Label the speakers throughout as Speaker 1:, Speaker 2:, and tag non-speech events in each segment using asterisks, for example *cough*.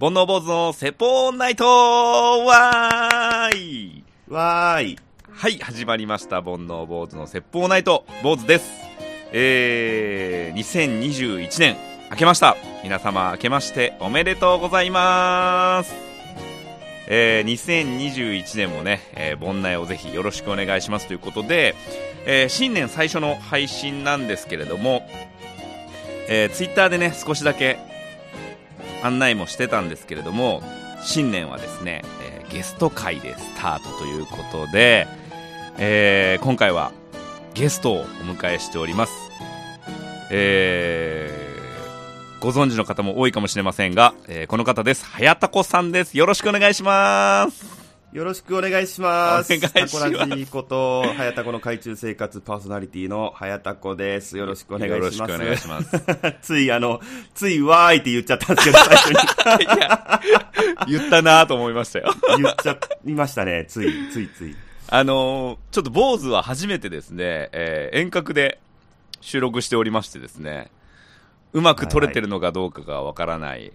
Speaker 1: 煩悩坊主の説法ナイトわーい
Speaker 2: わーい。
Speaker 1: はい、始まりました。煩悩坊主の説法ナイト、坊主です。えー、2021年、明けました。皆様、明けましておめでとうございます。えー、2021年もね、えー、盆内をぜひよろしくお願いしますということで、えー新年最初の配信なんですけれども、えー、ツイッターでね、少しだけ案内もしてたんですけれども、新年はですね、えーゲスト会でスタートということで、えー今回はゲストをお迎えしております。えーご存知の方も多いかもしれませんが、えーこの方です。はやたこさんです。よろしくお願いします。
Speaker 2: よろしくお願いします。
Speaker 1: お願いします
Speaker 2: タコラジこと、はやたこの海中生活パーソナリティのはやたこです。よろしくお願いします。
Speaker 1: よろしくお願いします。
Speaker 2: ついあの、ついわーいって言っちゃったんですけど、最初
Speaker 1: いや言ったなぁと思いましたよ。
Speaker 2: に言っちゃいましたね。つい、ついつい。
Speaker 1: あのーちょっと坊主は初めてですね、えー遠隔で収録しておりましてですね、うまく撮れてるのかどうかがわからない。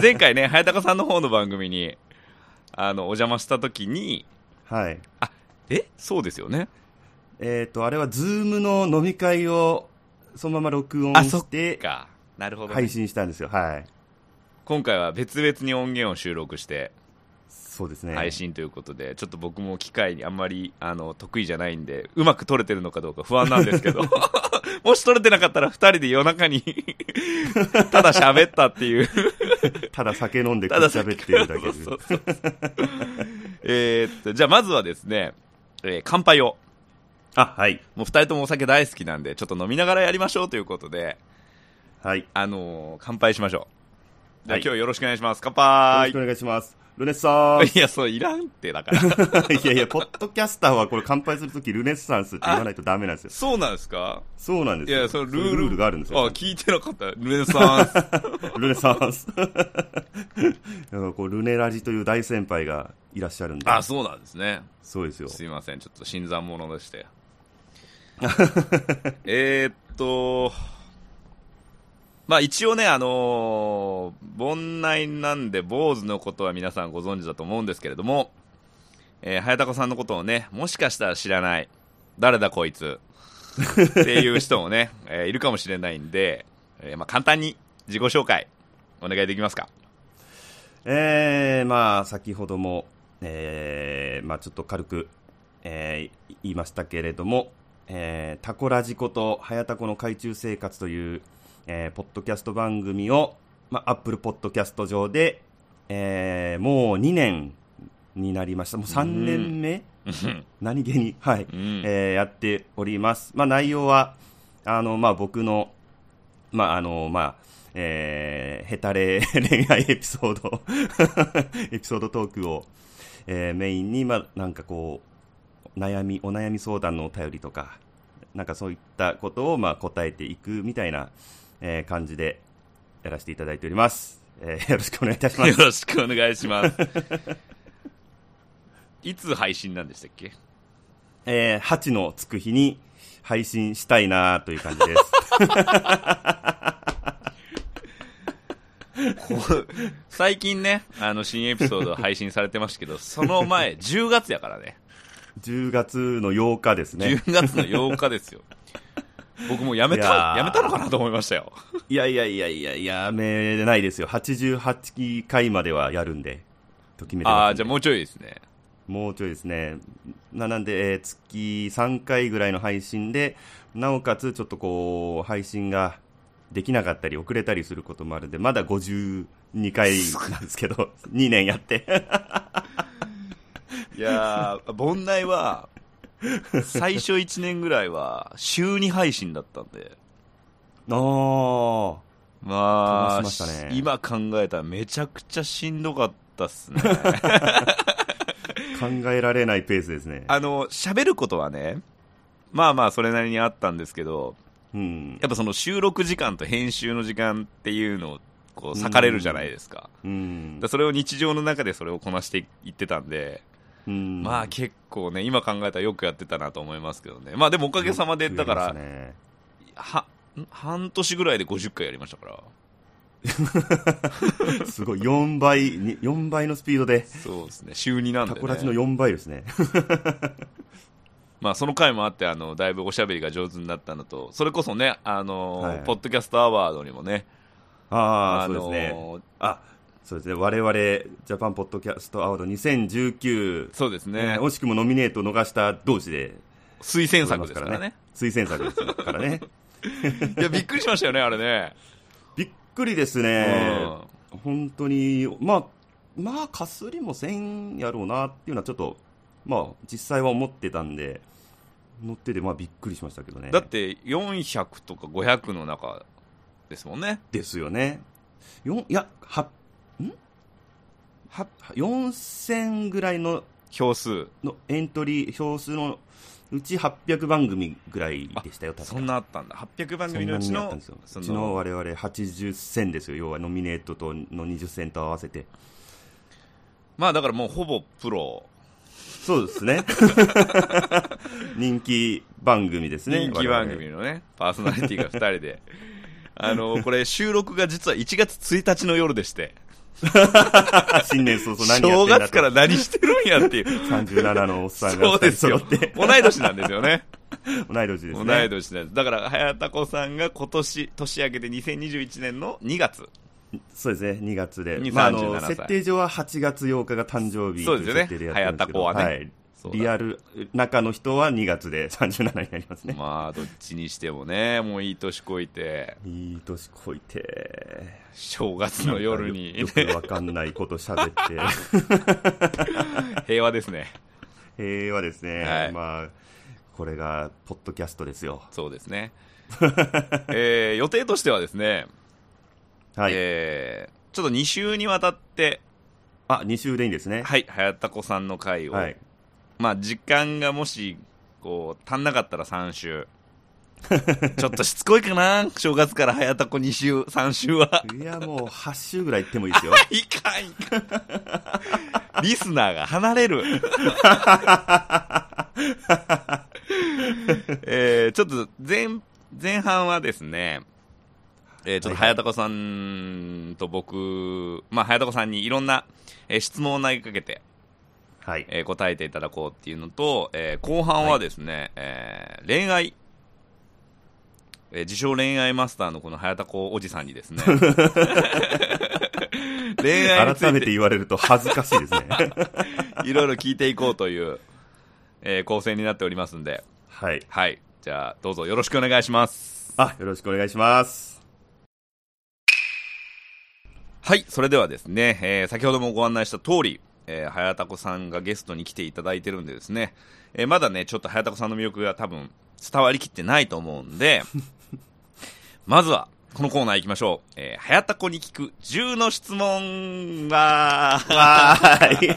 Speaker 1: 前回ね、早高さんの方の番組に、あの、お邪魔した時に、
Speaker 2: はい。
Speaker 1: えそうですよね。
Speaker 2: えっ、と、あれはズームの飲み会をそのまま録音
Speaker 1: あ、そっ
Speaker 2: して
Speaker 1: か。なるほどね、
Speaker 2: 配信したんですよ。はい。
Speaker 1: 今回は別々に音源を収録して
Speaker 2: そうですね。
Speaker 1: 配信ということで、ちょっと僕も機械にあんまりあの得意じゃないんで、うまく撮れてるのかどうか不安なんです
Speaker 2: *laughs*
Speaker 1: けど、もし撮れてなかったら2人で夜中にただ喋ったっていう。
Speaker 2: ただ酒飲んで
Speaker 1: ただ
Speaker 2: 喋ってるだけで。
Speaker 1: そうそうそうえーっと、じゃあまずはですね、えー乾杯を。
Speaker 2: あ、はい。
Speaker 1: もう2人ともお酒大好きなんで、ちょっと飲みながらやりましょうということで、
Speaker 2: はい。
Speaker 1: あのー乾杯しましょう。じゃあ
Speaker 2: はい
Speaker 1: 今日よろしくお願いします。乾
Speaker 2: よろ
Speaker 1: 杯
Speaker 2: しくお願いします。ルネッサンス
Speaker 1: いや、そう、いらんって、だ
Speaker 2: *laughs*
Speaker 1: から。
Speaker 2: いやいや、ポッドキャスターはこれ乾杯するときルネッサンスって言わないとダメなんですよ。
Speaker 1: そうなんですか
Speaker 2: そうなんで
Speaker 1: い
Speaker 2: すよ。
Speaker 1: や、そのル
Speaker 2: う
Speaker 1: ー
Speaker 2: い
Speaker 1: ル。
Speaker 2: うルールがあるんです
Speaker 1: あ、
Speaker 2: よ。
Speaker 1: 聞いてなかった。ルネサン
Speaker 2: *laughs*
Speaker 1: ス。
Speaker 2: ルネサンス。 *laughs* だからこうルネラジという大先輩がいらっしゃるんで。
Speaker 1: あ、そうなんですね。
Speaker 2: そうですよ。
Speaker 1: すいません、ちょっと新参者で
Speaker 2: *laughs*
Speaker 1: して。えーっと、まあ一応ね、あのー、盆内なんで、坊主のことは皆さんご存知だと思うんですけれども、えー、早田子さんのことをね、もしかしたら知らない、誰だこいつ、っていう人もね、 *laughs* えーいるかもしれないんで、えーまあ簡単に自己紹介、お願いできますか。
Speaker 2: えー、まあ、先ほども、えー、まあ、ちょっと軽く、えー、言いましたけれども、えー、タコラジこと、はやたこの海中生活という、えー、ポッドキャスト番組を、まあ、アップルポッドキャスト上で、えー、もう2年になりました。もう3年目何気に、はい、
Speaker 1: ん
Speaker 2: えーやっております。まあ、内容は、あの、まあ、僕の、まあ、あの、まあ、えー、ヘタレ *laughs* 恋愛エピソード、 *laughs* エピソードトークを、えーメインに、まあ、なんかこう、悩み、お悩み相談のお便りとか、なんかそういったことを、まあ、答えていくみたいな、えー感じでやらせていただいております。えーよ *laughs* ろしくお願いいたしま
Speaker 1: よ
Speaker 2: す。
Speaker 1: ろしくお願いします。いつ配信なんでしたっけ
Speaker 2: えー、8のつく日に配信したいなという感じです。 *laughs*
Speaker 1: 最近ね、あの新エピソード配信されてましたけど、その *laughs* 前、10月やからね。
Speaker 2: 10月の8日ですね。
Speaker 1: 10月の8日ですよ。僕もうやめ
Speaker 2: いや
Speaker 1: た、
Speaker 2: ー
Speaker 1: やめたのかなと思いましたよ。
Speaker 2: いやいやいやいや、やめれないですよ。88回まではやるんで、ときめて
Speaker 1: あ
Speaker 2: ま
Speaker 1: あ、
Speaker 2: す
Speaker 1: じゃあもうちょいですね。
Speaker 2: もうちょいですね。ななんで、えー月3回ぐらいの配信で、なおかつちょっとこう、配信ができなかったり、遅れたりすることもあるんで、まだ52回なんですけど、2年や *laughs* って。
Speaker 1: いやー、盆内は、最初1年ぐらいは、週2配信だったんで、
Speaker 2: あー。
Speaker 1: まあ、
Speaker 2: 飛ばしましたね
Speaker 1: 今考えたらめちゃくちゃしんどかったっすね。
Speaker 2: 考えられないペースですね。
Speaker 1: あの、喋ることはね、まあまあそれなりにあったんですけど、
Speaker 2: うん。
Speaker 1: やっぱその収録時間と編集の時間っていうのを、こう、割かれるじゃないですか。
Speaker 2: うん
Speaker 1: だ。それを日常の中でそれをこなしていってたんで、
Speaker 2: うん
Speaker 1: まあ結構ね、今考えたらよくやってたなと思いますけどね。まあでもおかげさまで、だから、
Speaker 2: ね
Speaker 1: は、ん半年ぐらいで50回やりましたから。
Speaker 2: すごい、4倍、に4倍のスピードで、
Speaker 1: そうですね週2なんで、
Speaker 2: タ
Speaker 1: ね、
Speaker 2: コラジの4倍で
Speaker 1: *laughs*
Speaker 2: すね。
Speaker 1: まあ、その回もあってあのだいぶおしゃべりが上手になったのとそれこそねあの、
Speaker 2: はい
Speaker 1: ポッドキャストアワードにもね
Speaker 2: ああ、
Speaker 1: の
Speaker 2: そうですね。あ、そうですね。我々、ジャパンポッドキャストアワード2019、
Speaker 1: そうですね
Speaker 2: えー惜しくもノミネートを逃した同士で、
Speaker 1: 推薦作ですからね。
Speaker 2: 推薦作ですからね。
Speaker 1: *laughs* いやびっくりしましたよねあれね、
Speaker 2: びっくりですね。本当に、まあ、まあ、かすりもせんやろうなっていうのは、ちょっと、まあ、実際は思ってたんで、乗ってて、まあ、びっくりしましたけど
Speaker 1: う
Speaker 2: ね
Speaker 1: ん。だって400とか500の中ですもんね
Speaker 2: ですよね。よんいや、は、んは、4000ぐらいの
Speaker 1: 票数
Speaker 2: のエントリー票数のうち800番組ぐらいでしたよ、確か
Speaker 1: そんなあったんだ800番
Speaker 2: そ
Speaker 1: 組
Speaker 2: ん
Speaker 1: の
Speaker 2: な
Speaker 1: うち
Speaker 2: にあっ
Speaker 1: の
Speaker 2: たんですよ
Speaker 1: そうの
Speaker 2: ちの我々80銭ですよ、要はノミネートとの20銭と合わせて。
Speaker 1: まあだからもうほぼプロ
Speaker 2: そうで
Speaker 1: *laughs*
Speaker 2: すね。人気番組ですね。
Speaker 1: 人気番
Speaker 2: 我
Speaker 1: 組
Speaker 2: 々。
Speaker 1: のねパーソナリティが2人で *laughs* あのこれ収録が実は1月1日の夜でして
Speaker 2: あ新年早々何やっ
Speaker 1: 正
Speaker 2: てん
Speaker 1: 月か
Speaker 2: だと
Speaker 1: ら何してるんやっていう
Speaker 2: 37のおっさんが
Speaker 1: そう
Speaker 2: 2
Speaker 1: で
Speaker 2: 人
Speaker 1: す
Speaker 2: 揃
Speaker 1: よ
Speaker 2: って、
Speaker 1: 同い年なんですよね、
Speaker 2: 同い年 *laughs* です
Speaker 1: 同
Speaker 2: ね。
Speaker 1: い年なんです、だから早田子さんが今年年明けて2021年の2月、
Speaker 2: そうですね、2月で
Speaker 1: 2。
Speaker 2: まあ、あ
Speaker 1: 37
Speaker 2: の、
Speaker 1: 歳
Speaker 2: 設定上は8月8日が誕生日
Speaker 1: そう
Speaker 2: と
Speaker 1: で
Speaker 2: い
Speaker 1: すよ
Speaker 2: う
Speaker 1: ね
Speaker 2: 設定でやってるんですけ
Speaker 1: 早田
Speaker 2: ど。
Speaker 1: 子はね
Speaker 2: はい
Speaker 1: そうだ
Speaker 2: リアル中の人は2月で37になります
Speaker 1: *laughs*
Speaker 2: ね。
Speaker 1: まあどっちにしてもね、もういい年こいて、
Speaker 2: いい年こいて。
Speaker 1: 正月の夜に
Speaker 2: *laughs* よ、くわかんないこと喋
Speaker 1: *laughs*
Speaker 2: って。
Speaker 1: 平和ですね、
Speaker 2: 平和ですね。
Speaker 1: はい
Speaker 2: まあ、これが、ポッドキャストですよ。
Speaker 1: そうです
Speaker 2: *laughs*
Speaker 1: ね、えー予定としてはですね、
Speaker 2: はい。
Speaker 1: えーちょっと2週にわたって、
Speaker 2: あ、2週でいいんですね。
Speaker 1: はい、早田子さんの回を、
Speaker 2: はい。
Speaker 1: まあ時間がもしこう足んなかったら3週
Speaker 2: *laughs*
Speaker 1: ちょっとしつこいかな正月から早田子2週3週は
Speaker 2: いや、もう、8週ぐらい行ってもいいですよ。
Speaker 1: いかんいかんリスナーが離れ
Speaker 2: *laughs*
Speaker 1: るえーちょっと前前半はですねえーちょっと
Speaker 2: はい
Speaker 1: 早
Speaker 2: はい
Speaker 1: 田子さんと僕、まあ、早田子さんにいろんな、えー質問を投げかけて、
Speaker 2: はい。
Speaker 1: えー答えていただこうっていうのと、えー後半はですね、えー恋愛、えー自称恋愛マスターのこの早田子おじさんにです
Speaker 2: *laughs*
Speaker 1: ね恋愛につ
Speaker 2: 改
Speaker 1: い
Speaker 2: め
Speaker 1: て
Speaker 2: て言われると恥ずかしい
Speaker 1: *laughs*
Speaker 2: ですね。
Speaker 1: いろいろ聞いていこうという、えー構成になっておりますんで
Speaker 2: はい。
Speaker 1: はいじゃあどうぞよろしくお願いします
Speaker 2: あ、よろしくお願いします。
Speaker 1: はいそれではですね、えー先ほどもご案内した通りえー、早田子さんがゲストに来ていただいてるんでですね、えーまだねちょっと早田子さんの魅力が多分伝わりきってないと思うんで *laughs* まずはこのコーナー行きましょう、えー、早田子に聞く10の質問は
Speaker 2: はい。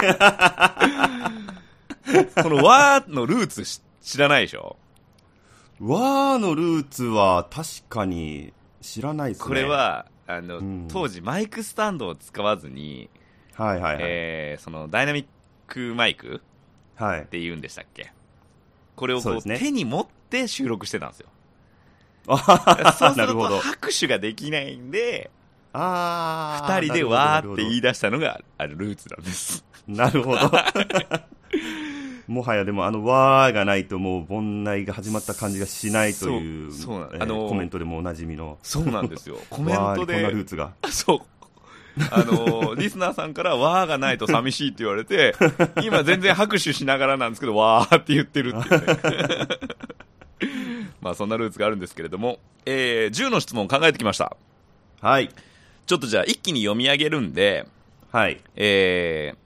Speaker 1: この「わ」のルーツし知らないでしょ
Speaker 2: わーのルーツは、確かに、知らないですね。
Speaker 1: これ、は、あの、
Speaker 2: うん
Speaker 1: 当時マイクスタンドを使わずに、
Speaker 2: はいはいはい。
Speaker 1: えーそのダイナミックマイク
Speaker 2: はい
Speaker 1: っ。て言うんでしたっけこれをこ
Speaker 2: そうで
Speaker 1: う
Speaker 2: すね
Speaker 1: 手に持って収録してたん
Speaker 2: *laughs*
Speaker 1: ですよ。
Speaker 2: あは
Speaker 1: そうする
Speaker 2: はなる
Speaker 1: と
Speaker 2: ほど。
Speaker 1: 拍手ができないんで、
Speaker 2: あ
Speaker 1: 二人でわーって言
Speaker 2: い
Speaker 1: い出したのがあのルーツなんです。
Speaker 2: なるほど。もはやでもあの、わーがないともう、盆内が始まった感じがしないという、
Speaker 1: そうそうなん
Speaker 2: えー
Speaker 1: あのー
Speaker 2: コメントでもおなじみの、
Speaker 1: そうなんですよ。コメント
Speaker 2: *laughs* わーにこんなル
Speaker 1: で
Speaker 2: ー、ツが。
Speaker 1: そう。あ
Speaker 2: *laughs*
Speaker 1: のーリスナーさんからわーがないと寂しいって言われて、今全然拍手しながらなんですけど、わーって言ってるっていうね。 *laughs* まあそんなルーツがあるんですけれども、えー、10の質問考えてきました。
Speaker 2: はい。
Speaker 1: ちょっとじゃあ一気に読み上げるんで、
Speaker 2: はい。
Speaker 1: えー、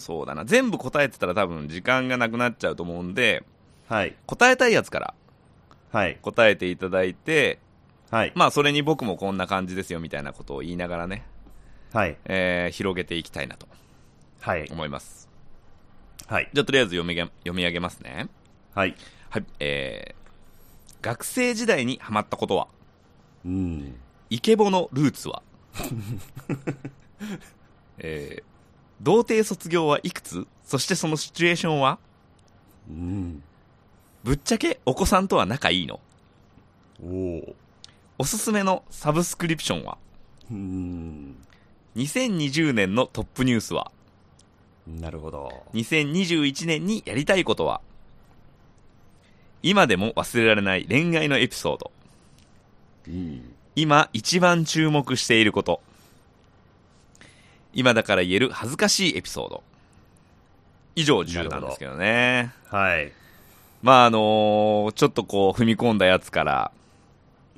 Speaker 1: そうだな、全部答えてたら多分時間がなくなっちゃうと思うんで、
Speaker 2: はい。
Speaker 1: 答えたいやつから
Speaker 2: はい。
Speaker 1: 答えていただいて、
Speaker 2: はい。
Speaker 1: まあそれに僕もこんな感じですよみたいなことを言いながらね、
Speaker 2: はい。
Speaker 1: えー、広げていきたいなと
Speaker 2: はい。
Speaker 1: 思います。
Speaker 2: はい。
Speaker 1: じゃあとりあえず読みげ読み上げますね。
Speaker 2: はい。
Speaker 1: はい、えー、学生時代にハマったことは、
Speaker 2: うん。
Speaker 1: イケボのルーツは、えー、童貞卒業はいくつそしてそのシチュエーションは
Speaker 2: うん。
Speaker 1: ぶっちゃけお子さんとは仲いいの
Speaker 2: おー
Speaker 1: おすすめのサブスクリプションは
Speaker 2: うーん。
Speaker 1: 2020年のトップニュースは
Speaker 2: なるほど。
Speaker 1: 2021年にやりたいことは今でも忘れられない恋愛のエピソード
Speaker 2: うん。
Speaker 1: 今一番注目していること今だから言える恥ずかしいエピソード以上10なんですけどね
Speaker 2: はい。
Speaker 1: まああのーちょっとこう踏み込んだやつから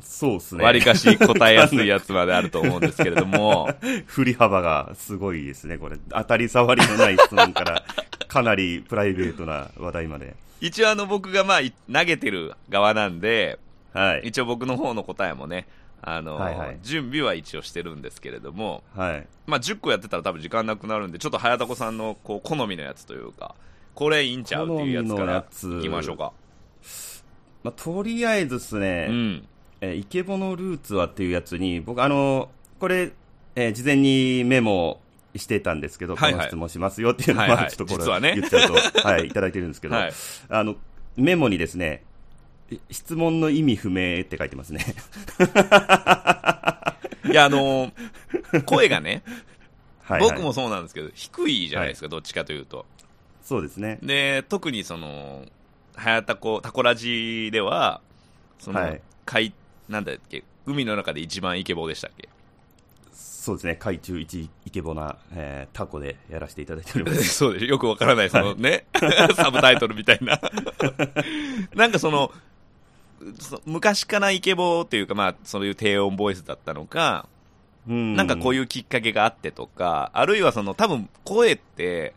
Speaker 2: そうですね。
Speaker 1: わりかし答えやすいやつまであると思うんですけれど *laughs* も
Speaker 2: *laughs* 振り幅がすごいですね、これ。当たり障りのない質
Speaker 1: *laughs*
Speaker 2: 問から、かなりプライベートな話題まで。
Speaker 1: 一応あの僕がまあい投げてる側なんで
Speaker 2: はい。
Speaker 1: 一応僕の方の答えもねあのー
Speaker 2: はいはい
Speaker 1: 準備は一応してるんですけれども、
Speaker 2: はい。
Speaker 1: まあ、10個やってたら多分時間なくなるんでちょっと早田子さんのこう好みのやつというかこれいいんちゃうっていうやつか
Speaker 2: 好みのや
Speaker 1: ら
Speaker 2: つ
Speaker 1: いきましょうか
Speaker 2: まあ、とりあえずですね、
Speaker 1: うん
Speaker 2: えーイケボのルーツはっていうやつに、僕、あの、これ、えー事前にメモしてたんですけど、
Speaker 1: はいはい
Speaker 2: この質問しますよっていうの
Speaker 1: はいはい
Speaker 2: は、ちょっとこ
Speaker 1: 実はね
Speaker 2: れ言っちゃうと、はい、いただいてるんですけど、
Speaker 1: はい
Speaker 2: あの、メモにですね、い質問の意味不明って書いてますね。
Speaker 1: いやあのー声がね
Speaker 2: *laughs* はい、はい。
Speaker 1: 僕もそうなんですけど低いじゃないですか、どっちかというと
Speaker 2: そうですね。
Speaker 1: で特にその早田子タコラジではその、
Speaker 2: はい
Speaker 1: 海なんだっけ海の中で一番イケボでしたっけ
Speaker 2: そうですね。海中一イケボな、えータコでやらせていただいております。
Speaker 1: *laughs* そうですよくわからないそのね、 *laughs* サブタイトルみたいな *laughs* なんかそのそ昔からイケボというかまあそういう低音ボイスだったのか、
Speaker 2: な
Speaker 1: なんかこう
Speaker 2: い
Speaker 1: いうきっかけがあってとかあるいはその多分声って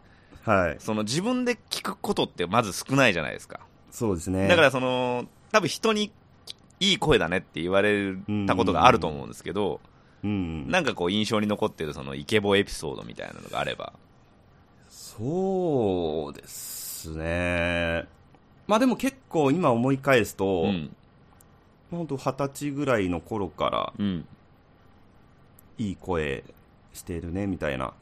Speaker 2: う。はい。
Speaker 1: その自分で聞くことってまず少ないじゃないですか
Speaker 2: そうですね。
Speaker 1: だからその多分人にいい声だねって言われたことがあると思うんですけど、
Speaker 2: うん。
Speaker 1: なんかこう印象に残ってるそのイケボエピソードみたいなのがあれば
Speaker 2: そうですね。まあでも結構今思い返すと、
Speaker 1: うん
Speaker 2: 本当二十歳ぐらいの頃から
Speaker 1: うん
Speaker 2: いい声してるねみたいな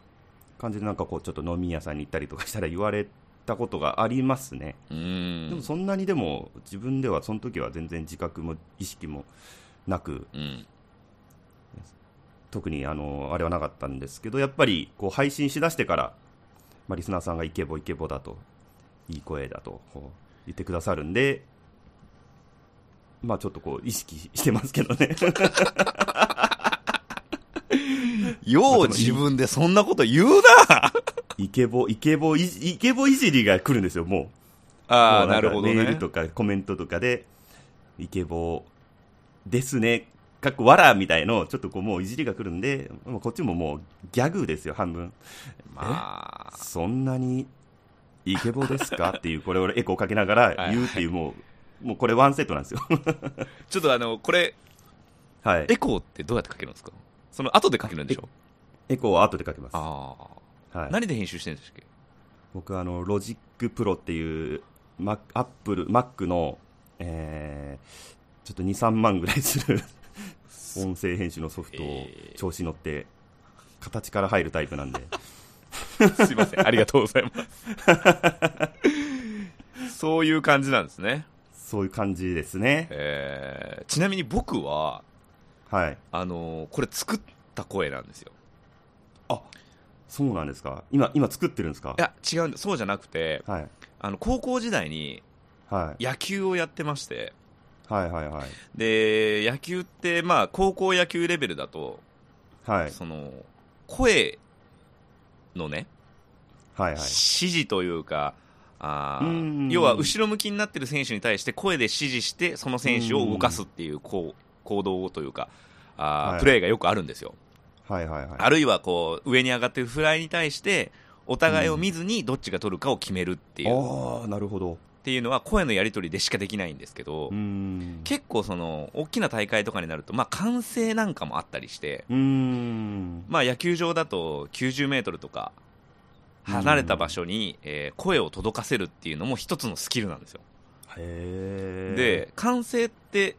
Speaker 2: 感じでなんかこうちょっと飲み屋さんに行ったりとかしたら言われたことがありますね。
Speaker 1: う
Speaker 2: でも
Speaker 1: ん
Speaker 2: そんなにでも自分ではその時は全然自覚も意識もなく、
Speaker 1: うん
Speaker 2: 特にあのあれはなかったんですけどやっぱりこう配信しだしてから、まあ、リスナーさんがイケボイケボだといい声だとこう言ってくださるんでまあちょっとこう意識してますけ
Speaker 1: *laughs*
Speaker 2: どね
Speaker 1: よう自分でそんなこと言うな
Speaker 2: イケボイケボいじイケボいじりが来るんですよもう
Speaker 1: ああ
Speaker 2: もう
Speaker 1: なん
Speaker 2: か
Speaker 1: るほどね
Speaker 2: メールとかコメントとかでイケボですねかっこわらみたいのちょっとこうもういじりが来るんでもうこっちももうギャグですよ半分
Speaker 1: まあ
Speaker 2: そんなにイケボですかっていう、これをエコーかけながら言うっていう、もう、もうこれワンセットなんですよ。
Speaker 1: ちょっとあのこれ
Speaker 2: はい。
Speaker 1: エコーってどうやってかけるんですかその後でかけるんでしょ
Speaker 2: エコーは後でかけます。
Speaker 1: ああ、
Speaker 2: はい、
Speaker 1: 何で編集してるんですっけ *laughs*
Speaker 2: 僕あの、ロジックプロっていう、マアップル、Mac の、えー、ちょっと2、3万ぐらいする音声編集のソフトを
Speaker 1: えー
Speaker 2: 調子乗って、形から入るタイプなん
Speaker 1: *laughs*
Speaker 2: で。
Speaker 1: すいません。ありがとうございます。そういう感じなんですね。
Speaker 2: そういう感じですね。
Speaker 1: えーちなみに僕は、
Speaker 2: はい。
Speaker 1: あのーこれ作った声なんですよ。
Speaker 2: そうなんですか今、今作ってるんですか
Speaker 1: いや、違うんだ。そうじゃなくて、
Speaker 2: はい。
Speaker 1: あの、高校時代に
Speaker 2: はい。
Speaker 1: 野球をやってまして、
Speaker 2: はいはいはい。
Speaker 1: で、野球って、まあ、高校野球レベルだと、
Speaker 2: はい。
Speaker 1: その、声のね、
Speaker 2: はいはい
Speaker 1: 指。示というか、あー
Speaker 2: うんうんうん
Speaker 1: 要は後ろ向きになってる選手に対して声で指示してその選手を動かすっていうこう行動というかあー
Speaker 2: はい
Speaker 1: プレーがよくあるんですよ、
Speaker 2: はいはいはい。
Speaker 1: あるいはこう上に上がってるフライに対してお互いを見ずにどっちが取るかを決めるっていう,、っ
Speaker 2: ああなるほど
Speaker 1: ていうのは声のやり取りでしかできないんですけど、
Speaker 2: うーん
Speaker 1: 結構その大きな大会とかになると、まあ、歓声なんかもあったりして、
Speaker 2: うーん
Speaker 1: まあ、野球場だと90メートルとか離れた場所に、えー声を届かせるっていうのも一つのスキルなんですよ。
Speaker 2: へえ
Speaker 1: で、歓声って、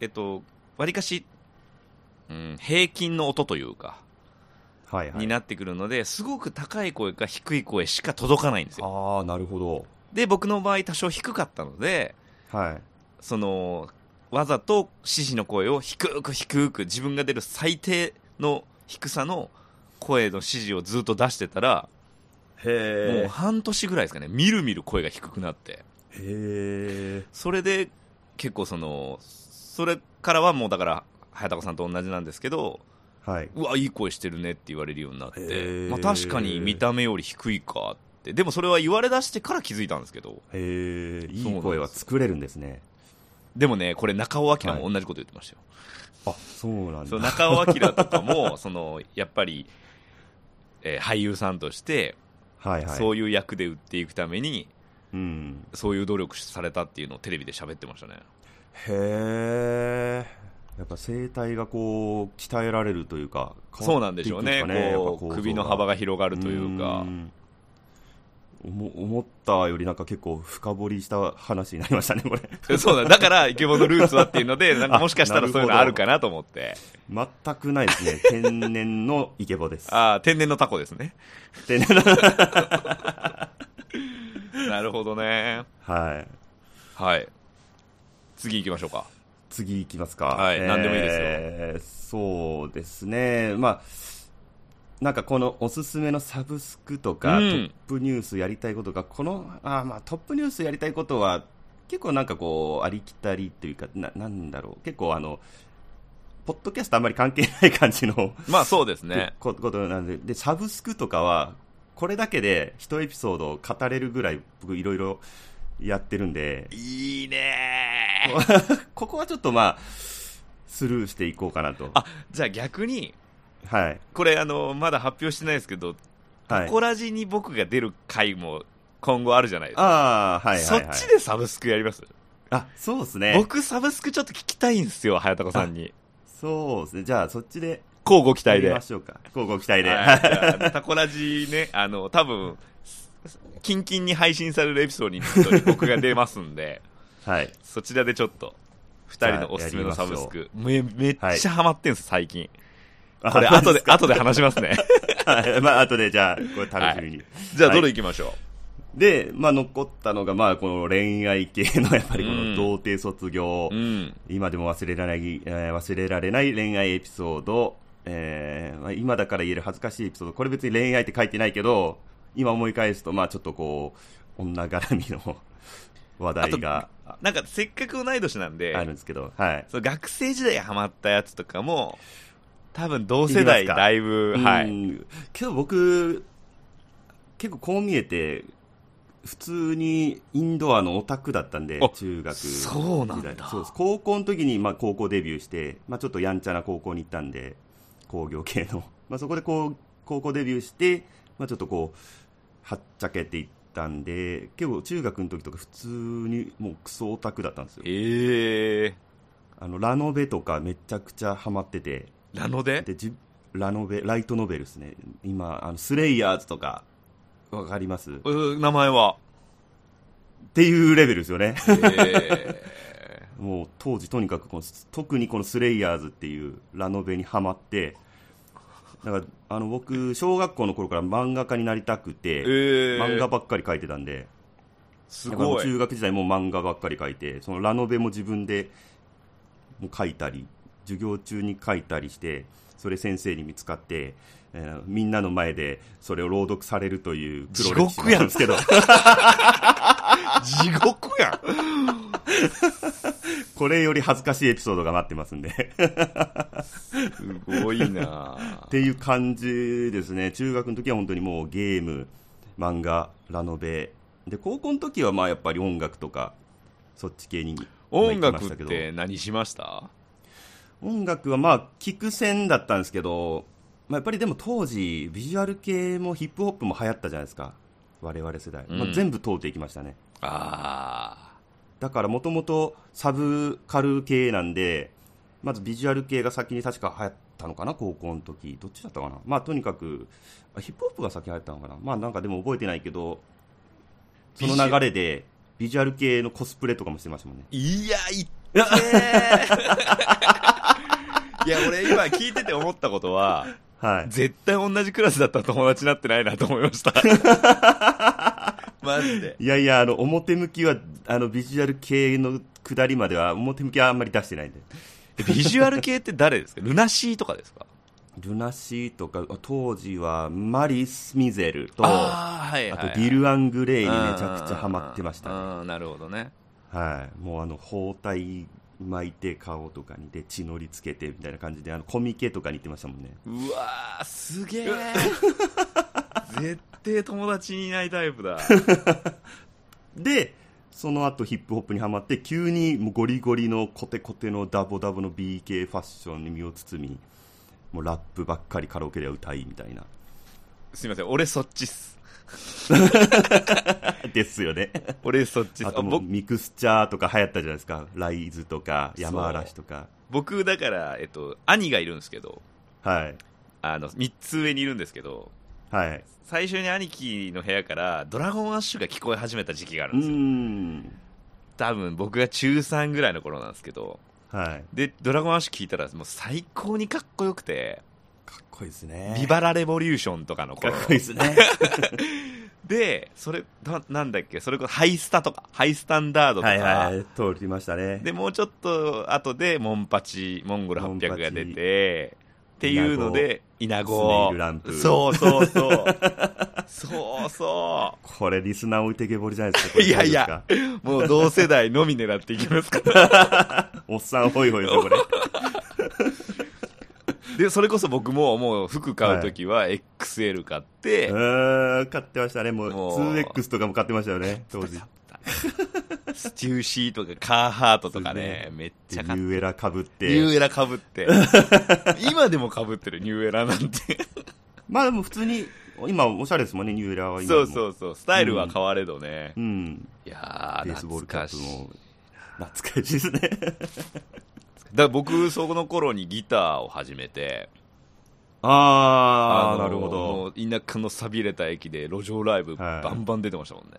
Speaker 1: えっと、わりかし、うん、平均の音というか、
Speaker 2: はいはい
Speaker 1: になってくるので、すごく高い声か低い声しか届かないんですよ。
Speaker 2: ああなるほど
Speaker 1: で、僕の場合多少低かったので、
Speaker 2: はい
Speaker 1: その、わざと指示の声を低く低く自分が出る最低の低さの声の指示をずっと出してたら、もう
Speaker 2: へ
Speaker 1: 半年ぐらいですかね、みるみる声が低くなって、
Speaker 2: え。へえ。
Speaker 1: それで結構その、それからはもうだから、早田子さんと同じなんですけど、
Speaker 2: はい。
Speaker 1: うわ、いい声してるねって言われるようになっ
Speaker 2: へ
Speaker 1: て、
Speaker 2: ー
Speaker 1: まあ、確かに見た目より低いかって、でもそれは言われだしてから気づいたんですけど、
Speaker 2: へえ。
Speaker 1: そうなんで
Speaker 2: いい
Speaker 1: す
Speaker 2: 声は作れるんですね。
Speaker 1: でもね、これ、中尾明も同じこと言ってましたよ。
Speaker 2: あ、そうなん
Speaker 1: そう
Speaker 2: だ。
Speaker 1: 中尾明とか
Speaker 2: *laughs*
Speaker 1: もそのやっぱり、えー俳優さんとして、
Speaker 2: はいはい。。
Speaker 1: そうういう役で売っていくために
Speaker 2: うん。
Speaker 1: そういう努力されたっていうのをテレビで喋ってましたね
Speaker 2: へえ。やっぱ声帯がこう、鍛えられるというか、
Speaker 1: そうなんでしょうねこう首の幅
Speaker 2: が
Speaker 1: が広がるというか
Speaker 2: んおも思ったよりなんか結構深掘りした話になりましたね、これ。
Speaker 1: そうだだからイケボのルーツはっていうの *laughs* でなんかもしかしたらそういうのあるかなと思って
Speaker 2: 全くないで
Speaker 1: *laughs*
Speaker 2: すね。天然のイケボです。
Speaker 1: ああ天然のタコですね
Speaker 2: 天然の。
Speaker 1: なるほどね
Speaker 2: はい。
Speaker 1: はい次行きましょうか
Speaker 2: 次行きますか。
Speaker 1: はい何でもいいですよ
Speaker 2: すよ。そうですね。まあ、なんかこのおすすめのサブスクとか、
Speaker 1: うん
Speaker 2: トップニュースやりたいことが、この、あーまあトップニュースやりたいことは、結構なんかこう、ありきたりというか、ななんだろう。結構あの、ポッドキャストあんまり関係ない感じの
Speaker 1: まあそうですね
Speaker 2: こことなんででサブスクとかはこれだけで一エピソードを語れるぐらい僕いろいろやってるんで
Speaker 1: いいねー
Speaker 2: ここはちょっとまあスルーしていこうかなと
Speaker 1: あじゃあ逆に
Speaker 2: はい
Speaker 1: これあのまだ発表してないですけど
Speaker 2: はい
Speaker 1: タコラジに僕が出る回も今後あるじゃないですか。
Speaker 2: ああはいはい、はい、
Speaker 1: そっちでサブスクやります、
Speaker 2: あそうですね
Speaker 1: 僕サブスクちょっと聞きたいんですよ、早田子さんに。
Speaker 2: そうですねじゃあそっちで
Speaker 1: 交互期
Speaker 2: や
Speaker 1: 待
Speaker 2: り
Speaker 1: で。
Speaker 2: ましょうか乞ご期待で、
Speaker 1: はいじゃ
Speaker 2: *laughs*
Speaker 1: あタコラジね、あの、多分、キンキンに配信されるエピソー
Speaker 2: *laughs*
Speaker 1: ドに僕が出ますんで、
Speaker 2: はい
Speaker 1: そちらでちょっと、二人のおすすめのサブスク。めめっ
Speaker 2: はい
Speaker 1: ちゃハマってんす、最近。*laughs*
Speaker 2: あ
Speaker 1: これ
Speaker 2: そう
Speaker 1: 後
Speaker 2: す
Speaker 1: で、後で話します
Speaker 2: *laughs*
Speaker 1: ね。
Speaker 2: はいまあ後でじゃあこれ楽しみに、
Speaker 1: じゃあどれ行きましょう、
Speaker 2: で、まあ、残ったのが、まあ、この恋愛系の、やっぱりこ
Speaker 1: うん
Speaker 2: の童貞卒業、
Speaker 1: うん。
Speaker 2: 今でも忘れられない、えー忘れられない恋愛エピソード、えーまあ、今だから言える恥ずかしいエピソード、これ別に恋愛って書いてないけど、今思い返すと、まあちょっとこう、女絡みの *laughs* 話題があ
Speaker 1: なんかせっかく同い年なんで、
Speaker 2: あるんですけど、はい。
Speaker 1: その学生時代ハマったやつとかも多分同世代
Speaker 2: いきますか
Speaker 1: だいぶは
Speaker 2: う
Speaker 1: い
Speaker 2: んけど僕、結構こう見えて、普通にインドアのオタクだったんで
Speaker 1: あ、
Speaker 2: 中学時代。
Speaker 1: そうなんだ
Speaker 2: そうです高校の時に、まあ、高校デビューして、まあ、ちょっとやんちゃな高校に行ったんで、工業系の。 *laughs* まあ、そこでこう高校デビューして、まあ、ちょっとこう、はっちゃけていったんで、結構中学の時とか普通にもうクソオタクだったんですよ。
Speaker 1: ええ
Speaker 2: あの、ラノベとかめちゃくちゃハマってて、
Speaker 1: ー、なので
Speaker 2: でじラノベライトノベルですね今あのスレイヤーズとかわかりますっ
Speaker 1: うー名前は
Speaker 2: ていうレベルですよね
Speaker 1: えー
Speaker 2: もう当時とにかくこの特にこのスレイヤーズっていうラノベにはまってだからあの僕小学校の頃から漫画家になりたくて、
Speaker 1: えー、
Speaker 2: 漫画ばっかり描いてたんですだからも
Speaker 1: ご
Speaker 2: う
Speaker 1: い
Speaker 2: 中学時代も漫画ばっかり描いてそのラノベも自分でもう描いたり授業中に描いたりしてそれ先生に見つかって、えーみんなの前でそれを朗読されるという黒歴史なんですけど
Speaker 1: 地獄やん
Speaker 2: これより恥ずかしいエピソードが待ってますんでっ
Speaker 1: すごいな
Speaker 2: ていう感じですね中学の時は本当にもうゲーム漫画ラノベで高校の時はまあやっぱり音楽とかそっち系に
Speaker 1: 音
Speaker 2: まあ行きま
Speaker 1: 楽
Speaker 2: し
Speaker 1: った
Speaker 2: けど
Speaker 1: て何しました
Speaker 2: 音楽はまあ聞く線だったんですけど、まあ、やっぱりでも当時ビジュアル系もヒップホップも流行ったじゃないですか我々世代、ま
Speaker 1: う
Speaker 2: あ、
Speaker 1: ん
Speaker 2: 全部通っていきましたね、
Speaker 1: あ
Speaker 2: だからもともとサブカル系なんでまずビジュアル系が先に確か流行ったのかな高校の時どっちだったかなまあとにかくあヒップホップが先流行ったのかなまあなんかでも覚えてないけどその流れでビジュアル系のコスプレとかもしてましたもんね
Speaker 1: ーいやいってー *laughs* いや俺今聞いてて思ったことは
Speaker 2: はい
Speaker 1: 絶対同じクラスだった友達になってないなと思いま *laughs* したマジで
Speaker 2: いやいや、あの、表向きは、あの、ビジュアル系の下りまでは、表向きはあんまり出してないんで。
Speaker 1: ビジュアル系って誰ですかルナシーとかですか
Speaker 2: ルナシーとか、あ当時はマリス・ミゼルと、あ
Speaker 1: ああ、はいはいはい、
Speaker 2: とディル・アングレイ
Speaker 1: め
Speaker 2: にめちゃくちゃハマってましたね。
Speaker 1: なるほどね。
Speaker 2: はい。もうあの、包帯巻いて顔とかにで血のりつけてみたいな感じで、あの、コミケとかに行ってましたもんね。
Speaker 1: うわー、すげえ。 *laughs* 絶対友達にいないタイプ
Speaker 2: *laughs*
Speaker 1: だ。
Speaker 2: で、その後ヒップホップにハマって、急にもうゴリゴリのコテコテのダボダボの BK ファッションに身を包み、もうラップばっかりカラオケで歌いみたいな。 *laughs*
Speaker 1: すいません、俺そっちっす。
Speaker 2: ですよね。
Speaker 1: 俺そっちっ
Speaker 2: *laughs* あ
Speaker 1: す。あ
Speaker 2: ともう
Speaker 1: 僕
Speaker 2: ミクスチャーとか流行ったじゃないですか。ライズとか、
Speaker 1: そう
Speaker 2: 山嵐とか。
Speaker 1: 僕だから、えっと、兄がいるんですけど、
Speaker 2: はい。
Speaker 1: あの、3つ上にいるんですけど、
Speaker 2: はい。
Speaker 1: 最初に兄貴の部屋からドラゴンアッシュが聞こえ始めた時期がある
Speaker 2: うん
Speaker 1: ですよ。
Speaker 2: ーん。
Speaker 1: 多分僕が中3ぐらいの頃なんですけど、
Speaker 2: はい。
Speaker 1: で、ドラゴンアッシュ聞いたらもう最高にかっこよくて、
Speaker 2: かっこいいですね。
Speaker 1: ビバラレボリューションとかの
Speaker 2: *laughs* かっ
Speaker 1: 頃
Speaker 2: こいいですね。
Speaker 1: で、それ、ななんだっけ、それこそハイスタとか、ハイスタンダードとか、
Speaker 2: はいはい。通りましたね。
Speaker 1: で、もうちょっと後で、モンパチ、モンゴル800が出
Speaker 2: モンパチ
Speaker 1: て、っていうので、イナ
Speaker 2: スネ
Speaker 1: ゴ
Speaker 2: イルランプ
Speaker 1: そうそう
Speaker 2: *laughs*
Speaker 1: そう。そうそ
Speaker 2: これリスナー置いてけぼりじゃないですか。こ
Speaker 1: う。
Speaker 2: れ
Speaker 1: いやいや。、もう同世代のみ狙っていき
Speaker 2: *laughs*
Speaker 1: ますから。
Speaker 2: 大丈夫ですかおっさんホイホイです
Speaker 1: *laughs*
Speaker 2: よ、これ。
Speaker 1: で、それこそ僕ももう服買うときは XL 買って、
Speaker 2: うーん、買ってましたね。もう、
Speaker 1: もう
Speaker 2: 2X とかも買ってましたよね、当時。
Speaker 1: スチューシーとかカーハートとかね、めっち
Speaker 2: で
Speaker 1: ゃ
Speaker 2: ニ
Speaker 1: 買って
Speaker 2: ューエラ被
Speaker 1: ニ
Speaker 2: っ
Speaker 1: ュ
Speaker 2: て。
Speaker 1: ーエラ被って。
Speaker 2: *laughs*
Speaker 1: 今でも被ってる、ニューエラなんて。
Speaker 2: まあでも普通に、今おしゃれですもんね、ニューエラは今
Speaker 1: そ
Speaker 2: も。
Speaker 1: うそうそう。スタイルは変われどね。
Speaker 2: うん。
Speaker 1: いや
Speaker 2: ベ
Speaker 1: ー、
Speaker 2: ースボール
Speaker 1: 懐
Speaker 2: カ
Speaker 1: かし
Speaker 2: ップ
Speaker 1: い。
Speaker 2: も。懐かしいですね。
Speaker 1: *laughs* だから僕、そこの頃にギターを始めて、
Speaker 2: あ
Speaker 1: の
Speaker 2: ー、なるほど。。
Speaker 1: もう田舎の錆びれた駅で路上ライブ、
Speaker 2: はい
Speaker 1: バンバン出てましたもんね。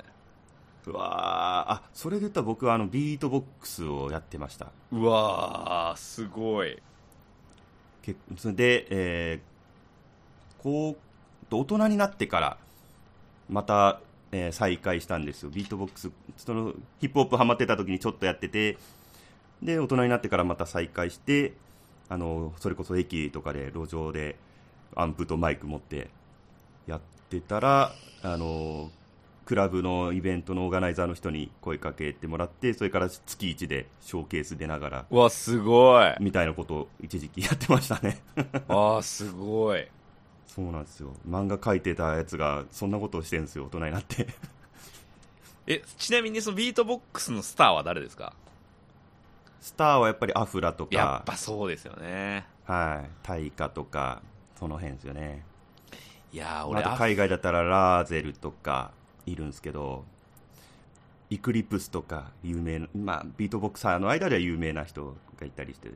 Speaker 2: うわーあ、それで言ったら僕はあの、ビートボックスをやってました。
Speaker 1: うわー、すごい。
Speaker 2: 結それで、えーこう大人になってからまた、えー再開したんですよビートボックスそのヒップホップハマってた時にちょっとやっててで大人になってからまた再開してあのそれこそ駅とかで路上でアンプとマイク持ってやってたらあのクラブのイベントのオーガナイザーの人に声かけてもらってそれから月1でショーケース出ながら
Speaker 1: うわ、す
Speaker 2: *laughs*
Speaker 1: ごい。あ
Speaker 2: みたいなことを一時期やってましたね
Speaker 1: ー、すごい。
Speaker 2: そうなんですよ漫画描いてたやつがそんなことをしてるんですよ大人になって
Speaker 1: *laughs* え、ちなみにそのビートボックスのスターは誰ですか
Speaker 2: スターはやっぱりアフラと
Speaker 1: や
Speaker 2: か
Speaker 1: っぱそうですよね。
Speaker 2: はい大化とかその辺ですよね
Speaker 1: いやー、
Speaker 2: あ
Speaker 1: 俺、
Speaker 2: と海外だったらラーゼルとかいるんですけどイクリプスとか有名な、まあ、ビートボクサーの間では有名な人がいたりして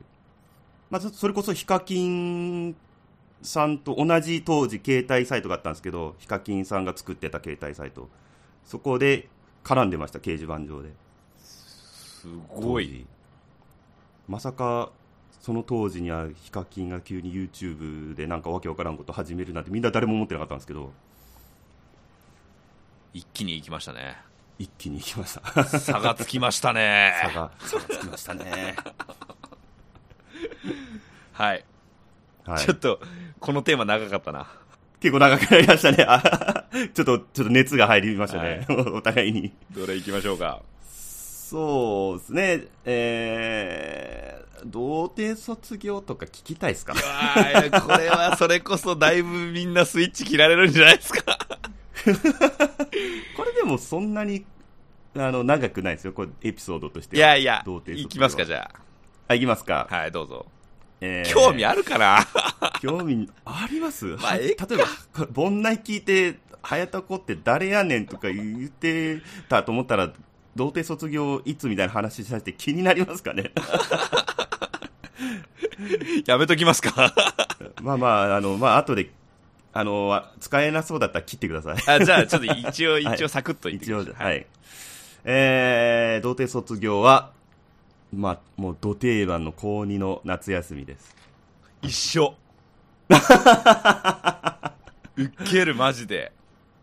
Speaker 2: まあ、そそれこそヒカキンさんと同じ当時携帯サイトがあったんですけどヒカキンさんが作ってた携帯サイトそこで絡んでました掲示板上です
Speaker 1: ごい。
Speaker 2: まさかその当時にはヒカキンが急に YouTube でなんかわけわからんこと始めるなんてみんな誰も思ってなかったんですけど
Speaker 1: 一気に行きましたね。
Speaker 2: 一気に行きました
Speaker 1: 差がつきましたね。
Speaker 2: *laughs* 差が差がつきましたね、
Speaker 1: はい。
Speaker 2: はい、
Speaker 1: ちょっと、このテーマ長かったな。
Speaker 2: 結構長くなりましたねあちょっとちょっと熱が入りましたね、 *laughs* お互いに
Speaker 1: どれ行きましょうか。
Speaker 2: そうですねえー、童貞卒業とか聞きたいですか
Speaker 1: ああ、これはそれこそだいぶみんなスイッチ切られるんじゃないですか。
Speaker 2: これでもそんなにあの長くないですよこれエピソードとして
Speaker 1: いやいや、
Speaker 2: 童貞卒業
Speaker 1: 行きますか、じゃ
Speaker 2: あいきますか、
Speaker 1: あ。はい、どうぞ。
Speaker 2: えー
Speaker 1: 興味あるかな *laughs*
Speaker 2: 興味あります、
Speaker 1: あ
Speaker 2: は
Speaker 1: え
Speaker 2: 例
Speaker 1: え
Speaker 2: えば、これ盆内聞いて、早田子って誰やねんとか言ってたと思ったら、童貞卒業いつみたいな話させて気になりますかね
Speaker 1: やめときますか
Speaker 2: *laughs*
Speaker 1: *laughs*
Speaker 2: まあまあ、あの、まあ後で、あの、あ使えなそうだったら切ってください。
Speaker 1: あじゃあ、ちょっと一応、
Speaker 2: はい
Speaker 1: 一応サクッと言って
Speaker 2: 一
Speaker 1: みま
Speaker 2: 応、
Speaker 1: しょう
Speaker 2: はい。えー、童貞卒業は、まあ、もう、土定番の高2の夏休みです。
Speaker 1: 一緒。ウッケる、マジで。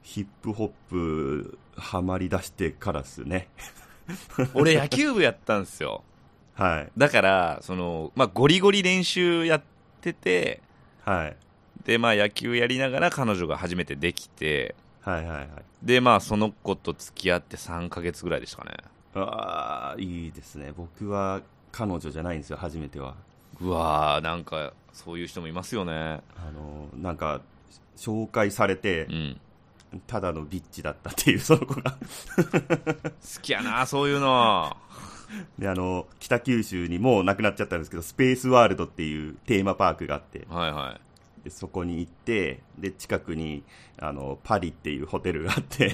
Speaker 2: ヒップホップ、ハマり出してからっすね。
Speaker 1: 俺、野球部やったんですよ。
Speaker 2: はい。
Speaker 1: だから、その、まあ、ゴリゴリ練習やってて、
Speaker 2: はい。
Speaker 1: で、まあ野球やりながら彼女が初めてできて、
Speaker 2: はいはいはい。
Speaker 1: で、まあその子と付き合って3ヶ月ぐらいでしたかね。
Speaker 2: ああ、いいですね。僕は彼女じゃないんですよ、初めては。
Speaker 1: うわー、なんかそういう人もいますよね。
Speaker 2: あの、なんか、紹介されて
Speaker 1: う、ん。
Speaker 2: ただのビッチだったっていう、その子が。
Speaker 1: 好きやな、そう
Speaker 2: *laughs*
Speaker 1: いうの。
Speaker 2: で、あの、北九州にもうなくなっちゃったんですけど、スペースワールドっていうテーマパークがあって、
Speaker 1: はいはい。
Speaker 2: でそこに行って、で、近くに、あの、パリっていうホテルが
Speaker 1: *laughs*
Speaker 2: あって、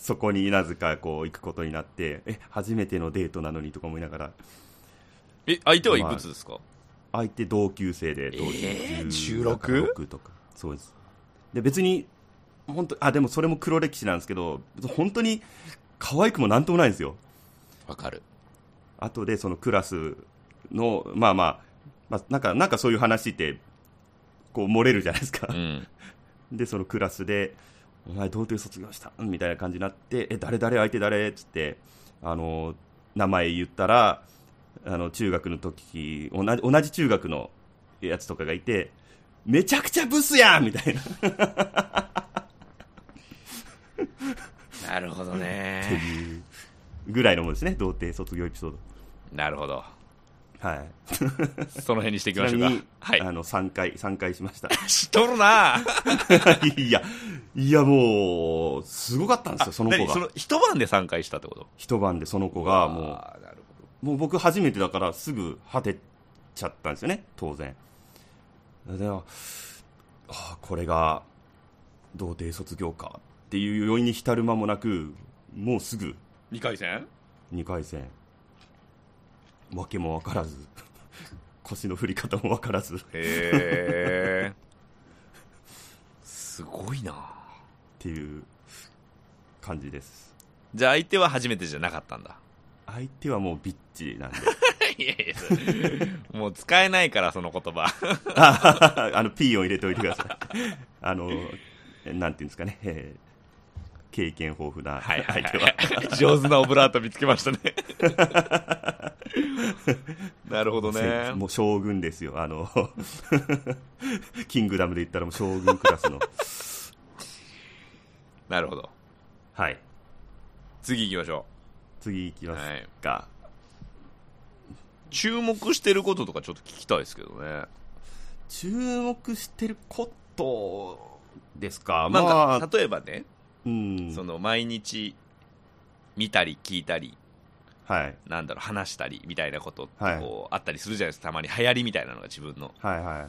Speaker 2: そこになぜかこう行くことになって、え、初めてのデートなのにとか思いながら、
Speaker 1: え、相手はいくつですか、
Speaker 2: 相手同級生で、同
Speaker 1: えー
Speaker 2: 級
Speaker 1: 16?
Speaker 2: 16とか。そうです。で、別に、本当あ、でもそれも黒歴史なんですけど、本当に可愛くもなんともないんですよ。
Speaker 1: わかる。
Speaker 2: 後でそのクラスの、まあまあ、まあ、なんか、なんかそういう話って、こう漏れるじゃないですか
Speaker 1: う。ん。
Speaker 2: で、そのクラスで、お前童貞卒業したみたいな感じになって、え、誰誰相手誰っつって、あの、名前言ったら、あの、中学の時、同じ、同じ中学のやつとかがいて、めちゃくちゃブスやんみたいな。っ
Speaker 1: なるほど
Speaker 2: て
Speaker 1: ね。
Speaker 2: いうぐらいのもんですね、童貞卒業エピソード。
Speaker 1: なるほど。
Speaker 2: はい。
Speaker 1: その辺にしていき
Speaker 2: ち
Speaker 1: ま
Speaker 2: な
Speaker 1: し
Speaker 2: み
Speaker 1: ょうか
Speaker 2: に、。
Speaker 1: はい
Speaker 2: あ。の、3回、三回しました。 *laughs*
Speaker 1: 知っとるな
Speaker 2: いや、いやもう、すごかったんですよ、その子
Speaker 1: 何そ
Speaker 2: が。
Speaker 1: の一晩で3回したってこと
Speaker 2: 一晩でその子が、も
Speaker 1: あーなるほど
Speaker 2: う、もう僕初めてだからすぐ果てちゃったんですよね、当然。で、ああ、これが、童貞卒業かっていう余韻に浸る間もなく、もうすぐ
Speaker 1: 2回戦
Speaker 2: 2回戦。わけもわからず、 *laughs* 腰の振り方もわからず。
Speaker 1: へえすごいな
Speaker 2: っていう感じです
Speaker 1: じゃあ相手は初めてじゃなかったんだ
Speaker 2: 相手はもうビッチなんで
Speaker 1: *laughs* いやいやもう使えないからその言葉
Speaker 2: *laughs* ああの P を入れておいて *laughs* くださいあのなんていうんですかね、えー経験豊富な
Speaker 1: はい
Speaker 2: 相手
Speaker 1: は
Speaker 2: は,、
Speaker 1: い、はい、 *laughs* 上手なオブラート見つけましたね *laughs* なるほどね
Speaker 2: もう将軍ですよあの *laughs* キングダムで言ったらもう将軍ク
Speaker 1: *laughs*
Speaker 2: ラスの
Speaker 1: なるほど
Speaker 2: はい
Speaker 1: 次行きましょ
Speaker 2: 次いき
Speaker 1: う、
Speaker 2: ます
Speaker 1: はい、
Speaker 2: か、
Speaker 1: 注目してることとかちょっと聞きたいですけどね
Speaker 2: 注目してることですか
Speaker 1: なん
Speaker 2: ま
Speaker 1: か、
Speaker 2: あ、
Speaker 1: 例えばね
Speaker 2: うん
Speaker 1: その毎日見たり聞いたり
Speaker 2: はい
Speaker 1: なんだろう話したりみたいなことって
Speaker 2: はい
Speaker 1: こうあったりするじゃないですかたまに流行りみたいなのが自分の
Speaker 2: はいはい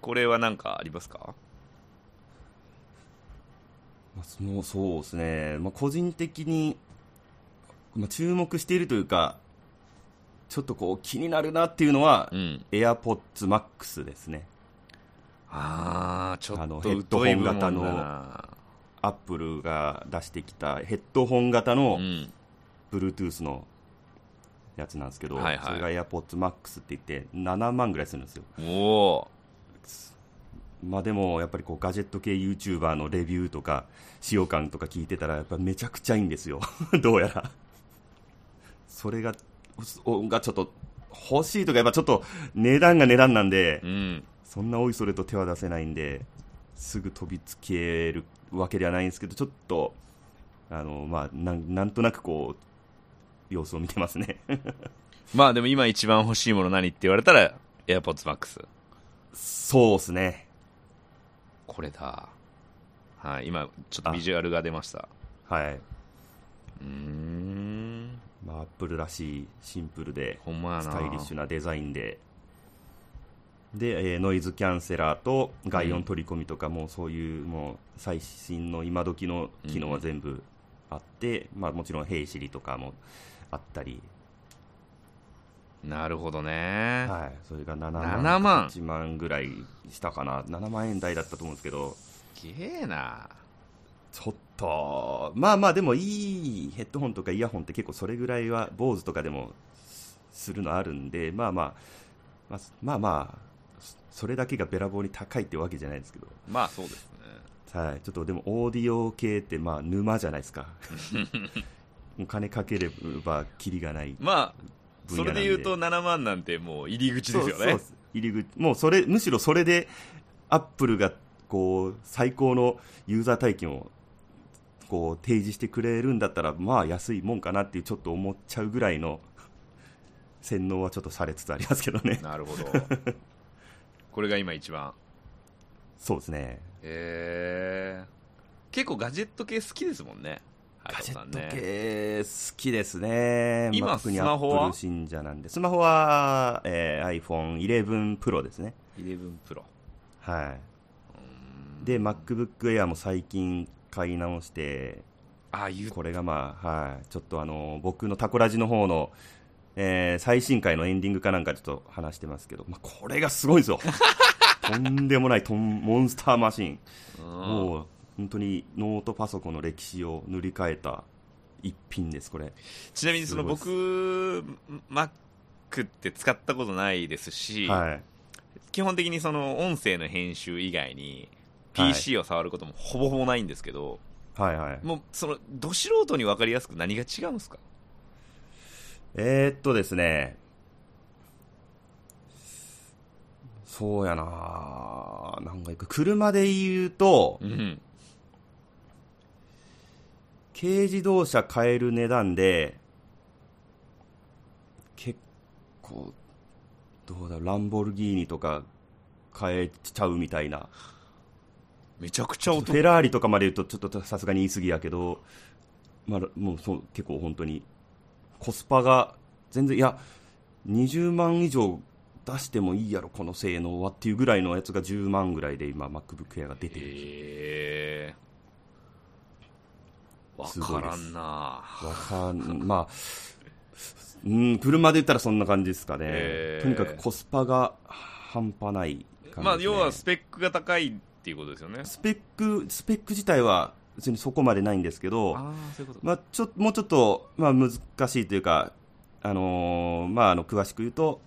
Speaker 1: これは何かありますか
Speaker 2: まあ、そのそうですね、まあ、個人的に、まあ、注目しているというか、ちょっとこう気になるなっていうのは、
Speaker 1: うん
Speaker 2: AirPods Max ですね、
Speaker 1: ああちょっ
Speaker 2: あの
Speaker 1: と
Speaker 2: ヘッ
Speaker 1: 疎
Speaker 2: ドホ
Speaker 1: い
Speaker 2: ン
Speaker 1: 部門だ
Speaker 2: 型の
Speaker 1: な
Speaker 2: Apple が出してきたヘッドホン型
Speaker 1: う
Speaker 2: の
Speaker 1: ん
Speaker 2: Bluetooth のやつなんですけど、
Speaker 1: はいはい
Speaker 2: それが AirPods Max って言って、7万ぐらいするんですよ。
Speaker 1: おお
Speaker 2: まあでもやっぱりこうガジェット系 YouTuber のレビューとか使用感とか聞いてたらやっぱめちゃくちゃいいんですよ *laughs* どうやらそれがおがちょっと欲しいとかやっぱちょっと値段が値段なんで
Speaker 1: ーうん
Speaker 2: そんなおいそれと手は出せないんですぐ飛びつけるわけではないんですけどちょっとあのまあなんなんとなくこう様子を見てますね *laughs*
Speaker 1: まあでも今一番欲しいもの何って言われたら AirPodsMax
Speaker 2: そうですね
Speaker 1: これだはい今ちょっとビジュアルが出ました
Speaker 2: はいう
Speaker 1: ーん
Speaker 2: まあアップルらしいシンプルで
Speaker 1: ほんまやな
Speaker 2: スタイリッシュなデザインで。で、えーノイズキャンセラーと外音取り込みとか、もうそういうもう最新の今時の機能は全部あって、まあ、もちろん「ヘイシリ」とかもあったり、
Speaker 1: なるほどね
Speaker 2: はい、それが7
Speaker 1: 7
Speaker 2: 万
Speaker 1: 万
Speaker 2: 1万ぐらいしたかな7万円台だったと思うんですけど
Speaker 1: すげえな
Speaker 2: ちょっとまあまあでもいいヘッドホンとかイヤホンって結構それぐらいは坊主とかでもするのあるんでまあまあまあまあまあそそれだけがべらぼうに高いってわけじゃないですけど
Speaker 1: まあそうですね
Speaker 2: はいちょっとでもオーディオ系ってまあ沼じゃないですかお金かければキリがない
Speaker 1: まあそ
Speaker 2: 分野
Speaker 1: れ
Speaker 2: なんで
Speaker 1: で言うと7万なんてもう入り口ですよね
Speaker 2: そうそう入り口、もうそれ、むしろそれで、アップルが、こう、最高のユーザー体験を、こう、提示してくれるんだったら、まあ、安いもんかなっていう、ちょっと思っちゃうぐらいの、洗脳はちょっとされつつありますけど
Speaker 1: *laughs*
Speaker 2: ね。
Speaker 1: なるほどこれが今一番
Speaker 2: そうですね。
Speaker 1: えー、結構ガジェット系好きですもんね
Speaker 2: ガジェッ
Speaker 1: 隼人さ
Speaker 2: ト
Speaker 1: んね
Speaker 2: 系好きですね。
Speaker 1: 今
Speaker 2: まあ特に
Speaker 1: スマホは
Speaker 2: Apple 信者なんで。スマホは、えー iPhone 11 Pro ですね。
Speaker 1: 11 Pro
Speaker 2: はい。で、MacBook Air も最近買い直して、
Speaker 1: あ言っ
Speaker 2: これがまあ、はい。ちょっとあの、僕のタコラジの方の、えー最新回のエンディングかなんかちょっと話してますけど、まあ、これがすごいんですよ。とんでもないとんモンスターマシン。
Speaker 1: うん
Speaker 2: もう、本当にノートパソコンの歴史を塗り替えた一品です、これ。
Speaker 1: ちなみにその
Speaker 2: す
Speaker 1: 僕 Mac って使ったことないですし、
Speaker 2: はい。
Speaker 1: 基本的にその音声の編集以外に
Speaker 2: はい
Speaker 1: PC を触ることもほぼほぼないんですけど、
Speaker 2: はいはい。
Speaker 1: もうそのど素人に分かりやすく何が違うんですか
Speaker 2: えー、っとですね。そうやななんかいく。車で言うと、
Speaker 1: うん
Speaker 2: 軽自動車買える値段で、結構、どうだろう、ランボルギーニとか買えちゃうみたいな。
Speaker 1: めちゃくちゃ
Speaker 2: フ
Speaker 1: 音
Speaker 2: ェラーリとかまで言うと、ちょっとさすがに言い過ぎやけど、まあ、もうそう結構本当に、コスパが全然、いや、20万以上出してもいいやろ、この性能はっていうぐらいのやつが10万ぐらいで今、MacBook Air が出てる。
Speaker 1: へえ
Speaker 2: す
Speaker 1: 分
Speaker 2: ご
Speaker 1: か
Speaker 2: いで
Speaker 1: ら
Speaker 2: す
Speaker 1: んな
Speaker 2: わかん、まあ、うん、車で言ったらそんな感じですかね。
Speaker 1: へー
Speaker 2: とにかくコスパが半端ない感じです、ね。
Speaker 1: まあ要はスペックが高いっていうことですよね
Speaker 2: スペック、スペック自体は別にそこまでないんですけど、
Speaker 1: ああそういうこと
Speaker 2: まあ、ちょもうちょっと、まあ、難しいというか、あのーまあ、あの詳しく言うと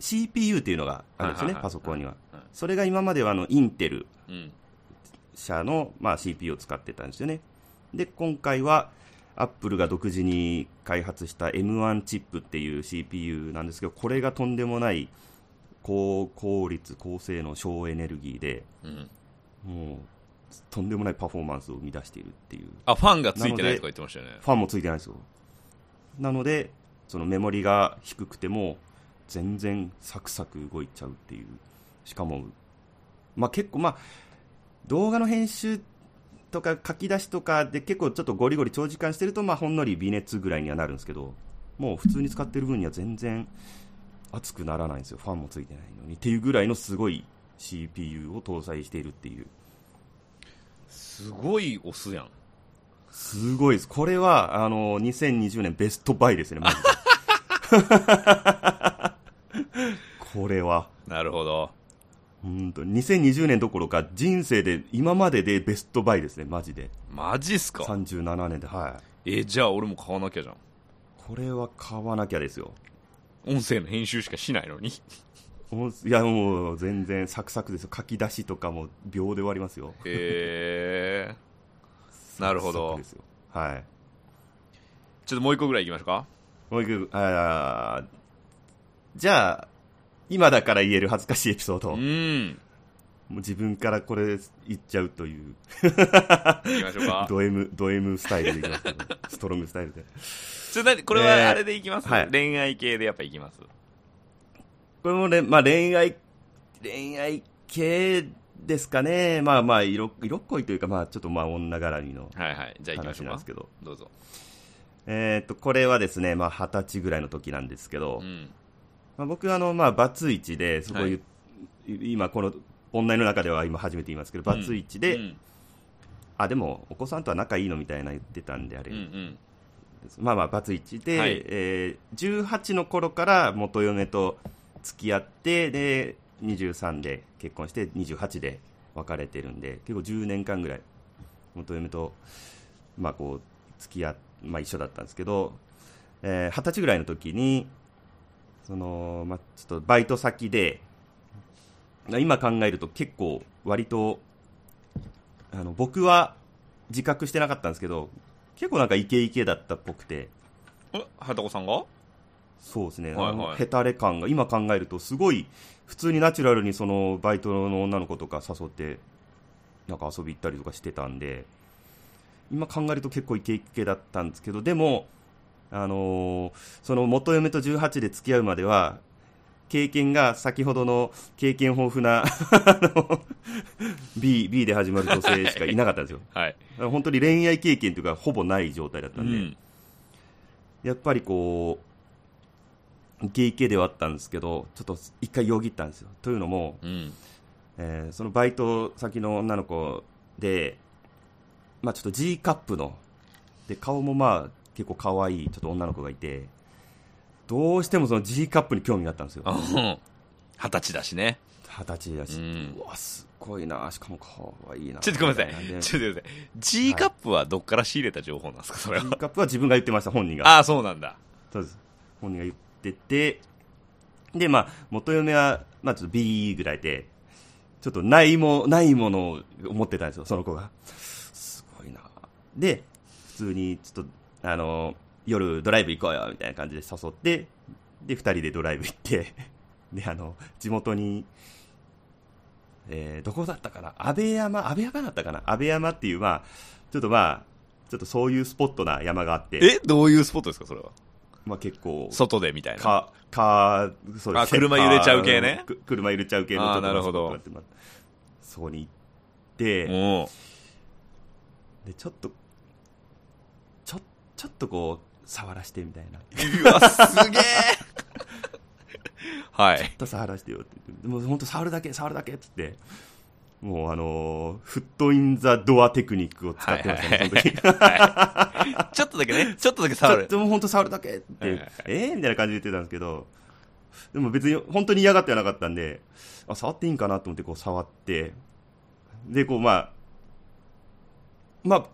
Speaker 2: CPU っていうのがあるんですよ
Speaker 1: はいはいは
Speaker 2: ね
Speaker 1: い
Speaker 2: パソコンには
Speaker 1: はいはい
Speaker 2: それが今まではあのインテル
Speaker 1: うん
Speaker 2: 社の、まあ、CPU を使ってたんですよねで今回はアップルが独自に開発した M1 チップっていう CPU なんですけどこれがとんでもない高効率高性能省エネルギーで
Speaker 1: うん
Speaker 2: もうとんでもないパフォーマンスを生み出しているっていう
Speaker 1: あファンがついてないとか言ってましたよね
Speaker 2: ファンもついてないんですよ。なので、そのメモリが低くても、全然サクサク動いちゃうっていう。しかも、まあ結構まあ、動画の編集とか書き出しとかで結構ちょっとゴリゴリ長時間してると、まあほんのり微熱ぐらいにはなるんですけど、もう普通に使ってる分には全然熱くならないんですよ。ファンもついてないのに。っていうぐらいのすごい CPU を搭載しているっていう。
Speaker 1: すごいオスやん
Speaker 2: すごいです。これは、あの、2020年ベストバイです
Speaker 1: *laughs*
Speaker 2: ね、マジで。これは、
Speaker 1: なるほど
Speaker 2: 本当に2020年どころか、人生で、今まででベストバイですね、マジで。
Speaker 1: マジっすか
Speaker 2: 37年で、はい。
Speaker 1: えじゃあ俺も買わなきゃじゃん
Speaker 2: これは買わなきゃですよ。
Speaker 1: 音声の編集しかしないのに
Speaker 2: おいや、もう、全然サクサクですよ。書き出しとかも秒で終わりますよ。
Speaker 1: へえ *laughs* なるほど
Speaker 2: サクサクですよはい。
Speaker 1: ちょっともう一個ぐらいいきましょうか
Speaker 2: もう一個、あーじゃあ、今だから言える恥ずかしいエピソード。
Speaker 1: うん
Speaker 2: もう自分からこれ言っちゃうという、
Speaker 1: いきましょう
Speaker 2: *laughs*
Speaker 1: か
Speaker 2: ド M、ド M スタイルでいきますけど、ストロングスタイルで。
Speaker 1: ちょなにこれ
Speaker 2: えー
Speaker 1: はあれでいきます、
Speaker 2: はい
Speaker 1: 恋愛系でやっぱいきます
Speaker 2: *laughs* これもね、まあ恋愛、恋愛系ですかね。まあまあ色、色っこいというか、まあちょっとまあ女絡みの
Speaker 1: はいはいじゃあいきまし
Speaker 2: 話
Speaker 1: ょう
Speaker 2: なんで
Speaker 1: か
Speaker 2: すけど。
Speaker 1: どうぞ
Speaker 2: えーっと、これはですね、まあ二十歳ぐらいの時なんですけど、
Speaker 1: うん
Speaker 2: まあ、僕あの、まあバツイチで、すご
Speaker 1: は
Speaker 2: い、
Speaker 1: い
Speaker 2: 今この、本題の中では今初めて言いますけど、バツイチで、
Speaker 1: うん
Speaker 2: あ、でもお子さんとは仲いいのみたいな言ってたんで、あ
Speaker 1: う
Speaker 2: れ、
Speaker 1: んうん
Speaker 2: まあまあバツイチで、
Speaker 1: はい
Speaker 2: えー18の頃から元嫁と付き合ってで23で結婚して28で別れてるんで結構10年間ぐらい元嫁と、まあ、こう付き合っ、まあ、一緒だったんですけどえー二十、歳ぐらいの時にその、まあ、ちょっとバイト先で今考えると結構割とあの僕は自覚してなかったんですけど結構なんかイケイケだったっぽくて
Speaker 1: えはたこさんが
Speaker 2: そうですね、
Speaker 1: はいはい
Speaker 2: あのヘタレ感が今考えるとすごい普通にナチュラルにそのバイトの女の子とか誘ってなんか遊び行ったりとかしてたんで今考えると結構イケイケだったんですけどでも、あのーその元嫁と18で付き合うまでは経験が先ほどの経験豊富な *laughs* あの B, B で始まる女性しかいなかったんです
Speaker 1: *laughs*
Speaker 2: よ
Speaker 1: はい。
Speaker 2: だから本当に恋愛経験というかほぼない状態だった
Speaker 1: うん
Speaker 2: で、
Speaker 1: ん。
Speaker 2: やっぱりこう、イケイケではあったんですけど、ちょっと一回よぎったんですよ。というのも、
Speaker 1: うん。 *laughs*
Speaker 2: えーそのバイト先の女の子で、まあちょっと G カップの、で、顔もまあ結構可愛いちょっと女の子がいて、どうしてもその G カップに興味があったんですよ。
Speaker 1: あうん二十歳だしね。
Speaker 2: 二十歳だ
Speaker 1: う
Speaker 2: し、
Speaker 1: ん
Speaker 2: うわ、すごいな、しかも可愛いな。
Speaker 1: ちょっとごめんなさ
Speaker 2: みた
Speaker 1: い。
Speaker 2: な
Speaker 1: ちょっとごめんなさい。G カップはどっから仕入れた情報なんですか、それは
Speaker 2: G。カップは自分が言ってました、本人が。
Speaker 1: ああ、そうなんだ。
Speaker 2: そうです本人が言っててでまあ元嫁は、まあ、ちょっと B ぐらいでちょっとないもないものを持ってたんですよその子がすごいなで普通にちょっとあの夜ドライブ行こうよみたいな感じで誘ってで2人でドライブ行ってであの地元にえーどこだったかな安倍山安倍山だったかな安倍山っていうまあちょっとまあちょっとそういうスポットな山があって、
Speaker 1: えどういうスポットですか、それは。
Speaker 2: まあ、結構
Speaker 1: 外でみたいな。
Speaker 2: か、か、そうです
Speaker 1: あ車揺れちゃう系ね
Speaker 2: かく車揺れちゃう系の
Speaker 1: あー
Speaker 2: ちょっと
Speaker 1: なるほど
Speaker 2: こうやってまそこに行って、
Speaker 1: おう
Speaker 2: で、ちょっと、ちょ、ちょっとこう、触らしてみたいな。ちょ
Speaker 1: うわ、すげえ *laughs* はい
Speaker 2: っ。と触らしてよって言って。でもう本当触るだけ、触るだけっつって。もうあのーフットインザドアテクニックを使ってましたね、
Speaker 1: はい
Speaker 2: その時。
Speaker 1: ちょっとだけね、ちょっとだけ
Speaker 2: ち
Speaker 1: 触
Speaker 2: ょっ
Speaker 1: る。
Speaker 2: ともう本当触るだけって、
Speaker 1: はいはいはい
Speaker 2: えーみたいな感じで言ってたんですけど、でも別に本当に嫌がってはなかったんで、あ触っていいんかなと思ってこう触って、で、こうまあ、まあ、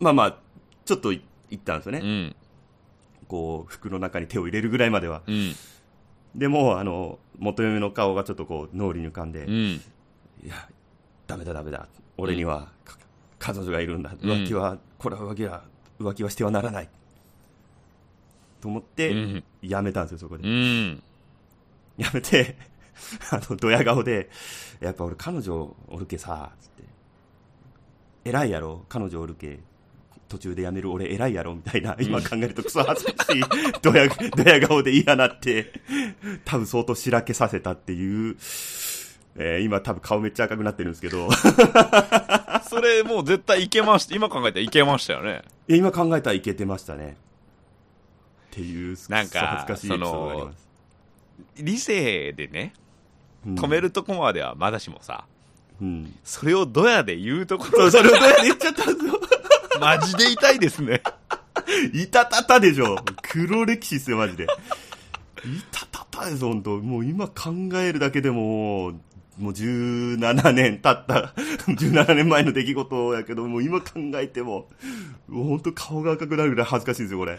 Speaker 2: まあまあ、ちょっとい行ったんですよね。
Speaker 1: うん。
Speaker 2: こう服の中に手を入れるぐらいまでは。
Speaker 1: うん。
Speaker 2: でもう、あの、元嫁の顔がちょっとこう脳裏に浮かんで、
Speaker 1: う
Speaker 2: い
Speaker 1: ん。
Speaker 2: や、ダメだダメだ。俺には、か彼女がいるんだ。
Speaker 1: うん
Speaker 2: 浮気は、これは浮気は、浮気はしてはならない。と思っ
Speaker 1: う
Speaker 2: て、
Speaker 1: ん。
Speaker 2: やめたんですよ、そこで。
Speaker 1: うん。
Speaker 2: やめて、 *laughs* あの、ドヤ顔で、やっぱ俺彼女おるけさ、つって。偉いやろ彼女おるけ。途中で辞める俺偉いやろみたいな、今考えるとクソ恥ずかしい、 *laughs* ドヤ、ドヤ顔で嫌なって、多分相当しらけさせたっていう、えー今多分顔めっちゃ赤くなってるんですけど、
Speaker 1: それもう絶対いけました。今考えたらいけましたよね。
Speaker 2: え今考えたらいけてましたね。っていう、
Speaker 1: なんか
Speaker 2: クソ恥ずかしいエピソードがあります。
Speaker 1: 理性でね、
Speaker 2: うん
Speaker 1: 止めるとこまではまだしもさ、
Speaker 2: うん。
Speaker 1: それをドヤで言うとこ
Speaker 2: そ
Speaker 1: ろ
Speaker 2: う、、それをドヤで言っちゃったんですよ。
Speaker 1: *laughs* マジで痛いですね。
Speaker 2: いたたたでし *laughs* ょ。黒歴史っすよ、マジで。いたたたです、本当もう今考えるだけでも、もう17年経った、17年前の出来事やけど、もう今考えても、もう本当顔が赤くなるぐらい恥ずかしいですよ、これ。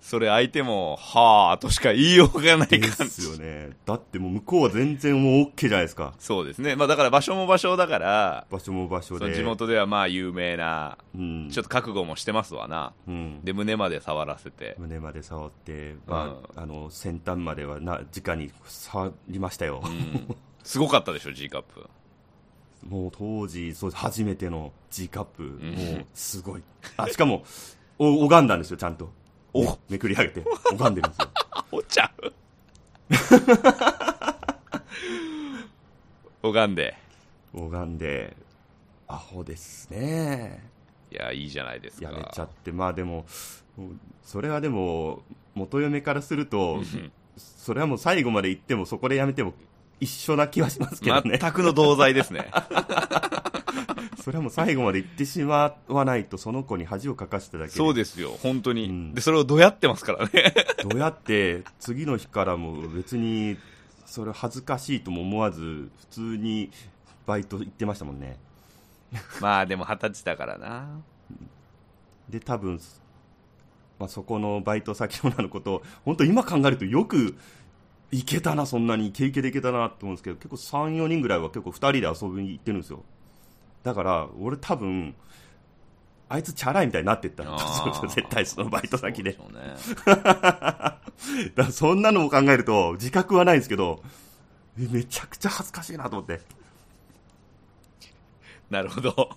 Speaker 1: それ相手も、はあとしか言いようがない
Speaker 2: で
Speaker 1: 感
Speaker 2: す
Speaker 1: じ。
Speaker 2: よね。だってもう向こうは全然もう OK じゃないですか。
Speaker 1: そうですね。まあだから場所も場所だから、
Speaker 2: 場所も場所
Speaker 1: その
Speaker 2: で。
Speaker 1: 地元ではまあ有名な、
Speaker 2: うん。
Speaker 1: ちょっと覚悟もしてますわな。
Speaker 2: うん
Speaker 1: で、胸まで触らせて。
Speaker 2: 胸まで触って、まあ、あの、先端まではな、直に触りましたよ。
Speaker 1: うん。すごかったでしょ、G カップ。
Speaker 2: *laughs* もう当時そう初めての G カップ、
Speaker 1: ん
Speaker 2: もうすごいあしかもお拝んだんですよちゃんと
Speaker 1: お
Speaker 2: めめくり上げて拝んでるんですよ
Speaker 1: お茶 *laughs* 拝んで。
Speaker 2: 拝んでアホですね
Speaker 1: いや、いいじゃないですか。
Speaker 2: やめちゃってまあでももうそれはでも元嫁からすると
Speaker 1: ん
Speaker 2: それはもう最後まで行ってもそこでやめても一緒な気はしますけどね、
Speaker 1: 全くの同罪です
Speaker 2: *laughs*
Speaker 1: ね。
Speaker 2: それはもう最後まで行ってしまわないとその子に恥をかかせただけで
Speaker 1: そうですよ、本当に。
Speaker 2: うん
Speaker 1: で、それをどうやってますからね。 *laughs*
Speaker 2: どうやって次の日からも別にそれ恥ずかしいとも思わず普通にバイト行ってましたもんね
Speaker 1: まあ、でも二十歳だからな。
Speaker 2: で多分、まあ、そこのバイト先の女のこと本当今考えるとよく行けたなそんなにイケイケで行けたなと思うんですけど結構34人ぐらいは結構2人で遊びに行ってるんですよだから俺多分あいつチャラいみたいになってったの
Speaker 1: あー
Speaker 2: 絶対 *laughs* *laughs* そのバイト先で
Speaker 1: そうしょうね
Speaker 2: だからそんなのも考えると自覚はないんですけどえめちゃくちゃ恥ずかしいなと思って
Speaker 1: なるほど。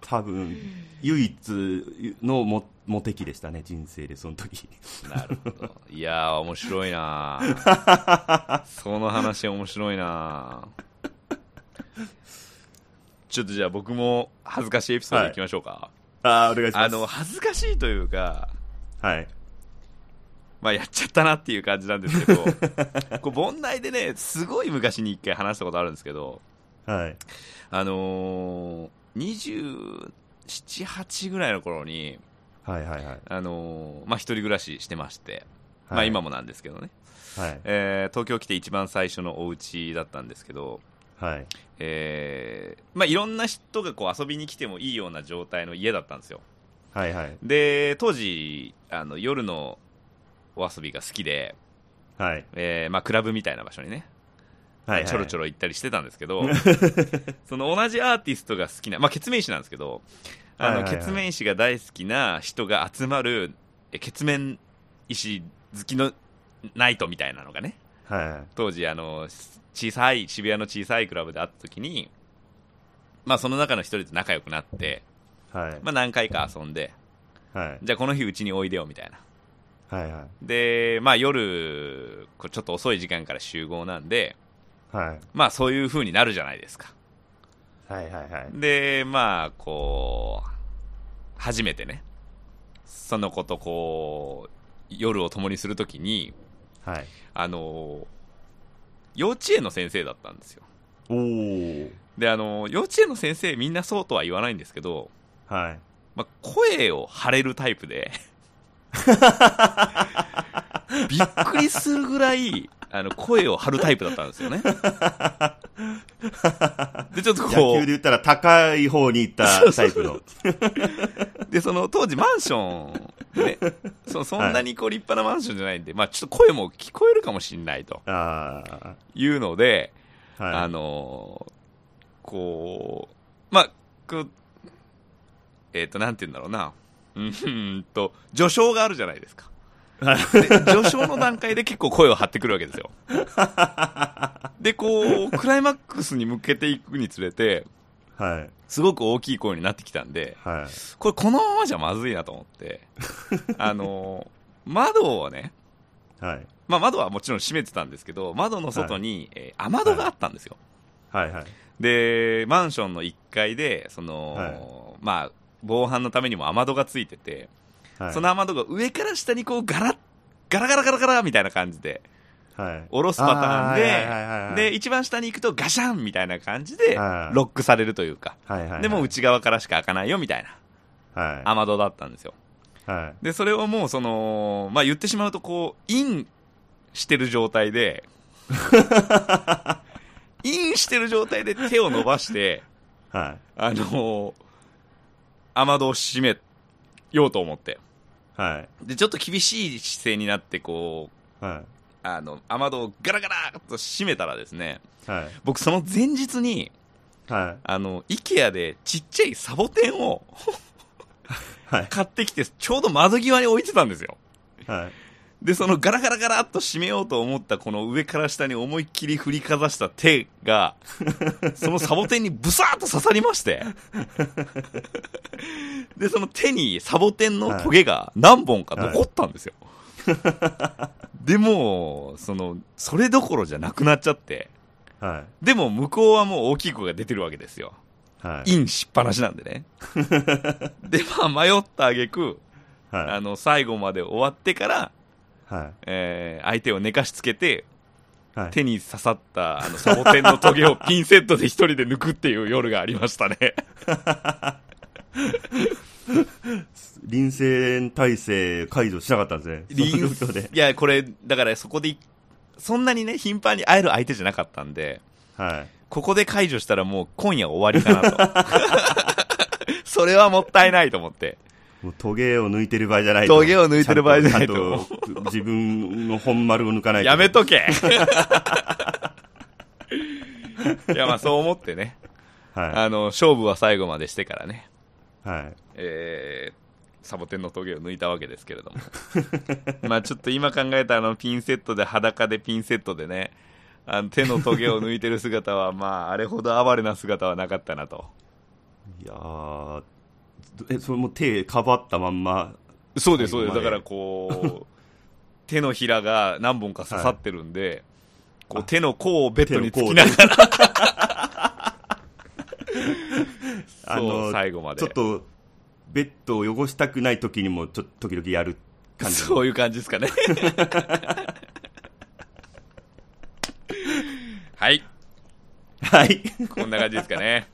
Speaker 2: 多分唯一のモモテ期でしたね人生でその時
Speaker 1: なるほど。いやー、面白いなその話面白いなちょっとじゃあ僕も恥ずかしいエピソードいきましょうか。
Speaker 2: ああお願いします
Speaker 1: あの、恥ずかしいというか、
Speaker 2: はい
Speaker 1: まあやっちゃったなっていう感じなんですけ
Speaker 2: *laughs*
Speaker 1: ど、こう、盆内でね、すごい昔に一回話したことあるんですけど、
Speaker 2: はい
Speaker 1: あのー、27、8ぐらいの頃に、
Speaker 2: はいはいはい
Speaker 1: あのーまあ一人暮らししてまして、ま
Speaker 2: は
Speaker 1: あ
Speaker 2: い
Speaker 1: 今もなんですけどね、
Speaker 2: はい
Speaker 1: えー東京来て一番最初のお家だったんですけど、
Speaker 2: はい
Speaker 1: えーまあ、いろんな人がこう遊びに来てもいいような状態の家だったんですよ
Speaker 2: はいはい
Speaker 1: で当時あの夜のお遊びが好きで、
Speaker 2: はい
Speaker 1: えーまあ、クラブみたいな場所にね、
Speaker 2: はい
Speaker 1: ちょろちょ
Speaker 2: ろ
Speaker 1: ろ行ったりしてたんです
Speaker 2: *laughs*
Speaker 1: けどその同じアーティストが好きな、まあ、ケツメイシなんですけどあ
Speaker 2: はい
Speaker 1: の
Speaker 2: はいはい
Speaker 1: ケツメイシが大好きな人が集まるえケツメン石好きのナイトみたいなのがね
Speaker 2: はいはい
Speaker 1: 当時あの小さい渋谷の小さいクラブで会った時に、まあ、その中の一人と仲良くなって、
Speaker 2: はい
Speaker 1: まあ、何回か遊んで
Speaker 2: はい
Speaker 1: じゃあこの日うちにおいでよみたいな
Speaker 2: はいはい
Speaker 1: で、まあ、夜こうちょっと遅い時間から集合なんで、
Speaker 2: はい
Speaker 1: まあ、そういう風になるじゃないですか
Speaker 2: はいはいはい
Speaker 1: でまあこう初めてねその子とこう夜を共にする時に
Speaker 2: はい
Speaker 1: あの幼稚園の先生だったんですよ
Speaker 2: おお
Speaker 1: であの幼稚園の先生みんなそうとは言わないんですけど、
Speaker 2: はい
Speaker 1: まあ、声を張れるタイプ
Speaker 2: *laughs*
Speaker 1: でびっくりするぐらいあの声を張るタイプだったんですよねでちょっと
Speaker 2: 野球
Speaker 1: こ
Speaker 2: で言ったら高い方に行ったタイプの
Speaker 1: うでその当時マンションねそそんなにこう立派なマンションじゃないんで、まあ、ちょっと声も聞こえるかもしれないと
Speaker 2: あ
Speaker 1: いうので、
Speaker 2: あはい
Speaker 1: あのーこう、まあ、こう、えっ、と、なんて言うんだろうな。うーんと、序章があるじゃないですか。で序章の段階で結構声を張ってくるわけ
Speaker 2: *laughs*
Speaker 1: ですよ。で、こう、クライマックスに向けていくにつれて、
Speaker 2: はい
Speaker 1: すごく大きい声になってきたんで、
Speaker 2: はい
Speaker 1: これこのままじゃまずいなと思って、あのー窓をね、
Speaker 2: はい
Speaker 1: まあ窓はもちろん閉めてたんですけど、窓の外に、えー雨戸があったんですよ。
Speaker 2: はいはい
Speaker 1: でマンションの1階でその、
Speaker 2: は
Speaker 1: まあ防犯のためにも雨戸がついてて、
Speaker 2: はい
Speaker 1: その雨戸が上から下にこうガラッガラガラガラガラみたいな感じで
Speaker 2: はい
Speaker 1: 下ろすパターンで、
Speaker 2: あはいはいはいはい
Speaker 1: で一番下に行くとガシャンみたいな感じで
Speaker 2: はい
Speaker 1: ロックされるというか、
Speaker 2: はいはいはい
Speaker 1: でもう内側からしか開かないよみたいな
Speaker 2: は
Speaker 1: 雨戸だったんですよ
Speaker 2: いはい
Speaker 1: でそれをもうその、まあ、言ってしまうとこうインしてる状態
Speaker 2: *laughs*
Speaker 1: でインしてる状態で手を伸ばして
Speaker 2: はい
Speaker 1: あのー、雨戸を閉めようと思って。
Speaker 2: はい
Speaker 1: で、ちょっと厳しい姿勢になって、こう、
Speaker 2: は
Speaker 1: あの、雨戸をガラガラーっと閉めたらですね、
Speaker 2: いはい
Speaker 1: 僕その前日に、
Speaker 2: はい
Speaker 1: あの、IKEA でちっちゃいサボテンを
Speaker 2: はい
Speaker 1: 買ってきて、ちょうど窓際に置いてたんですよ。
Speaker 2: はい
Speaker 1: で、そのガラガラガラっと閉めようと思ったこの上から下に思いっきり振りかざした手
Speaker 2: *laughs*
Speaker 1: が、そのサボテンにブサーッと刺さりまして、で、その手にサボテンのトゲが何本か残ったんですよ。でもう、その、それどころじゃなくなっちゃって、
Speaker 2: はい
Speaker 1: でも向こうはもう大きい子が出てるわけですよ。
Speaker 2: はい
Speaker 1: インしっぱなしなんで
Speaker 2: *laughs*
Speaker 1: ね。で、まあ迷った挙句、
Speaker 2: は
Speaker 1: あ
Speaker 2: い
Speaker 1: の、最後まで終わってから、
Speaker 2: はい
Speaker 1: えー相手を寝かしつけて、
Speaker 2: はい
Speaker 1: 手に刺さったあのサボテンのトゲをピンセットで一人で抜くっていう夜がありましたね。
Speaker 2: 臨戦体制解除しなかったんですねその状況で
Speaker 1: いや、これ、だからそこでい、そんなにね、頻繁に会える相手じゃなかったんで、
Speaker 2: はい
Speaker 1: ここで解除したらもう今夜終わりかなと。それはもったいないと思って。
Speaker 2: もうトゲを抜いてる場合じゃないと
Speaker 1: トゲを抜いてる場合じゃないと
Speaker 2: ちゃんちゃん自分の本丸を抜かないと
Speaker 1: やめとけいや、まあそう思ってね、
Speaker 2: はい
Speaker 1: あの、勝負は最後までしてからね、
Speaker 2: はい。
Speaker 1: えーサボテンの峠を抜いたわけですけれども *laughs* まあちょっと今考えたあのピンセットで裸でピンセットでねあの手の棘を抜いてる姿はまああれほど哀れな姿はなかったなと
Speaker 2: いやーずえ、それもう手かばったまんま、
Speaker 1: そうですそうです
Speaker 2: 最後ま
Speaker 1: だ
Speaker 2: で
Speaker 1: からこう *laughs* 手のひらが何本か刺さってるんで、こう手の甲をベッドにつきながら
Speaker 2: あ
Speaker 1: *laughs* そう
Speaker 2: の、
Speaker 1: 最後まで
Speaker 2: ちょっと、ベッドを汚したくない時にも、ちょっと時々やる感じの。
Speaker 1: そういう感じです
Speaker 2: *laughs*
Speaker 1: かねはい
Speaker 2: はい。 *laughs*
Speaker 1: こんな感じですかね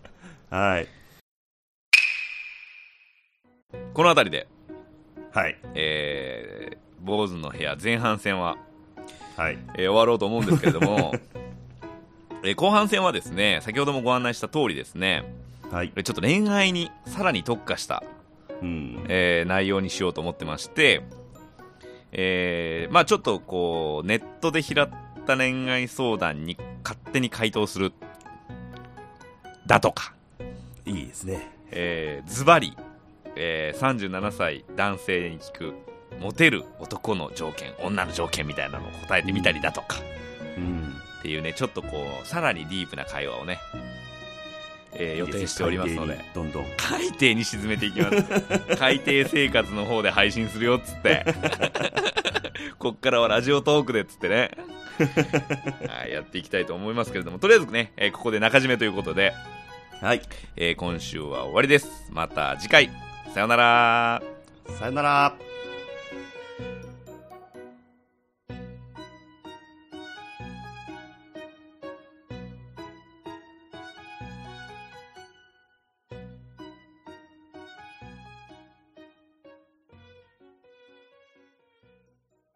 Speaker 2: はい。
Speaker 1: この辺りで
Speaker 2: はい。
Speaker 1: えー、坊主の部屋前半戦は、
Speaker 2: はい。
Speaker 1: えー終わろうと思うんですけれども、 *laughs* えー後半戦はですね先ほどもご案内した通りですね
Speaker 2: はい
Speaker 1: え。ーちょっと恋愛にさらに特化した、
Speaker 2: うん。
Speaker 1: えー内容にしようと思ってまして、えーまあ、ちょっとこうネットで拾った恋愛相談に勝手に回答するだとか、
Speaker 2: いいですね。
Speaker 1: えーズバリ、えー37歳男性に聞くモテる男の条件女の条件みたいなのを答えてみたりだとか
Speaker 2: うん。
Speaker 1: っていうねちょっとこうさらにディープな会話をね、えー予
Speaker 2: いいで
Speaker 1: 定
Speaker 2: す
Speaker 1: しておりますので。
Speaker 2: どんどん。
Speaker 1: 海底に沈めていきます海底生活の方で配信するよっつって *laughs* こっからはラジオトークでっつってねはいやっていきたいと思いますけれどもとりあえずね、えーここで中締めということで
Speaker 2: はい。
Speaker 1: えー今週は終わりです。また次回。さよなら。
Speaker 2: さよなら。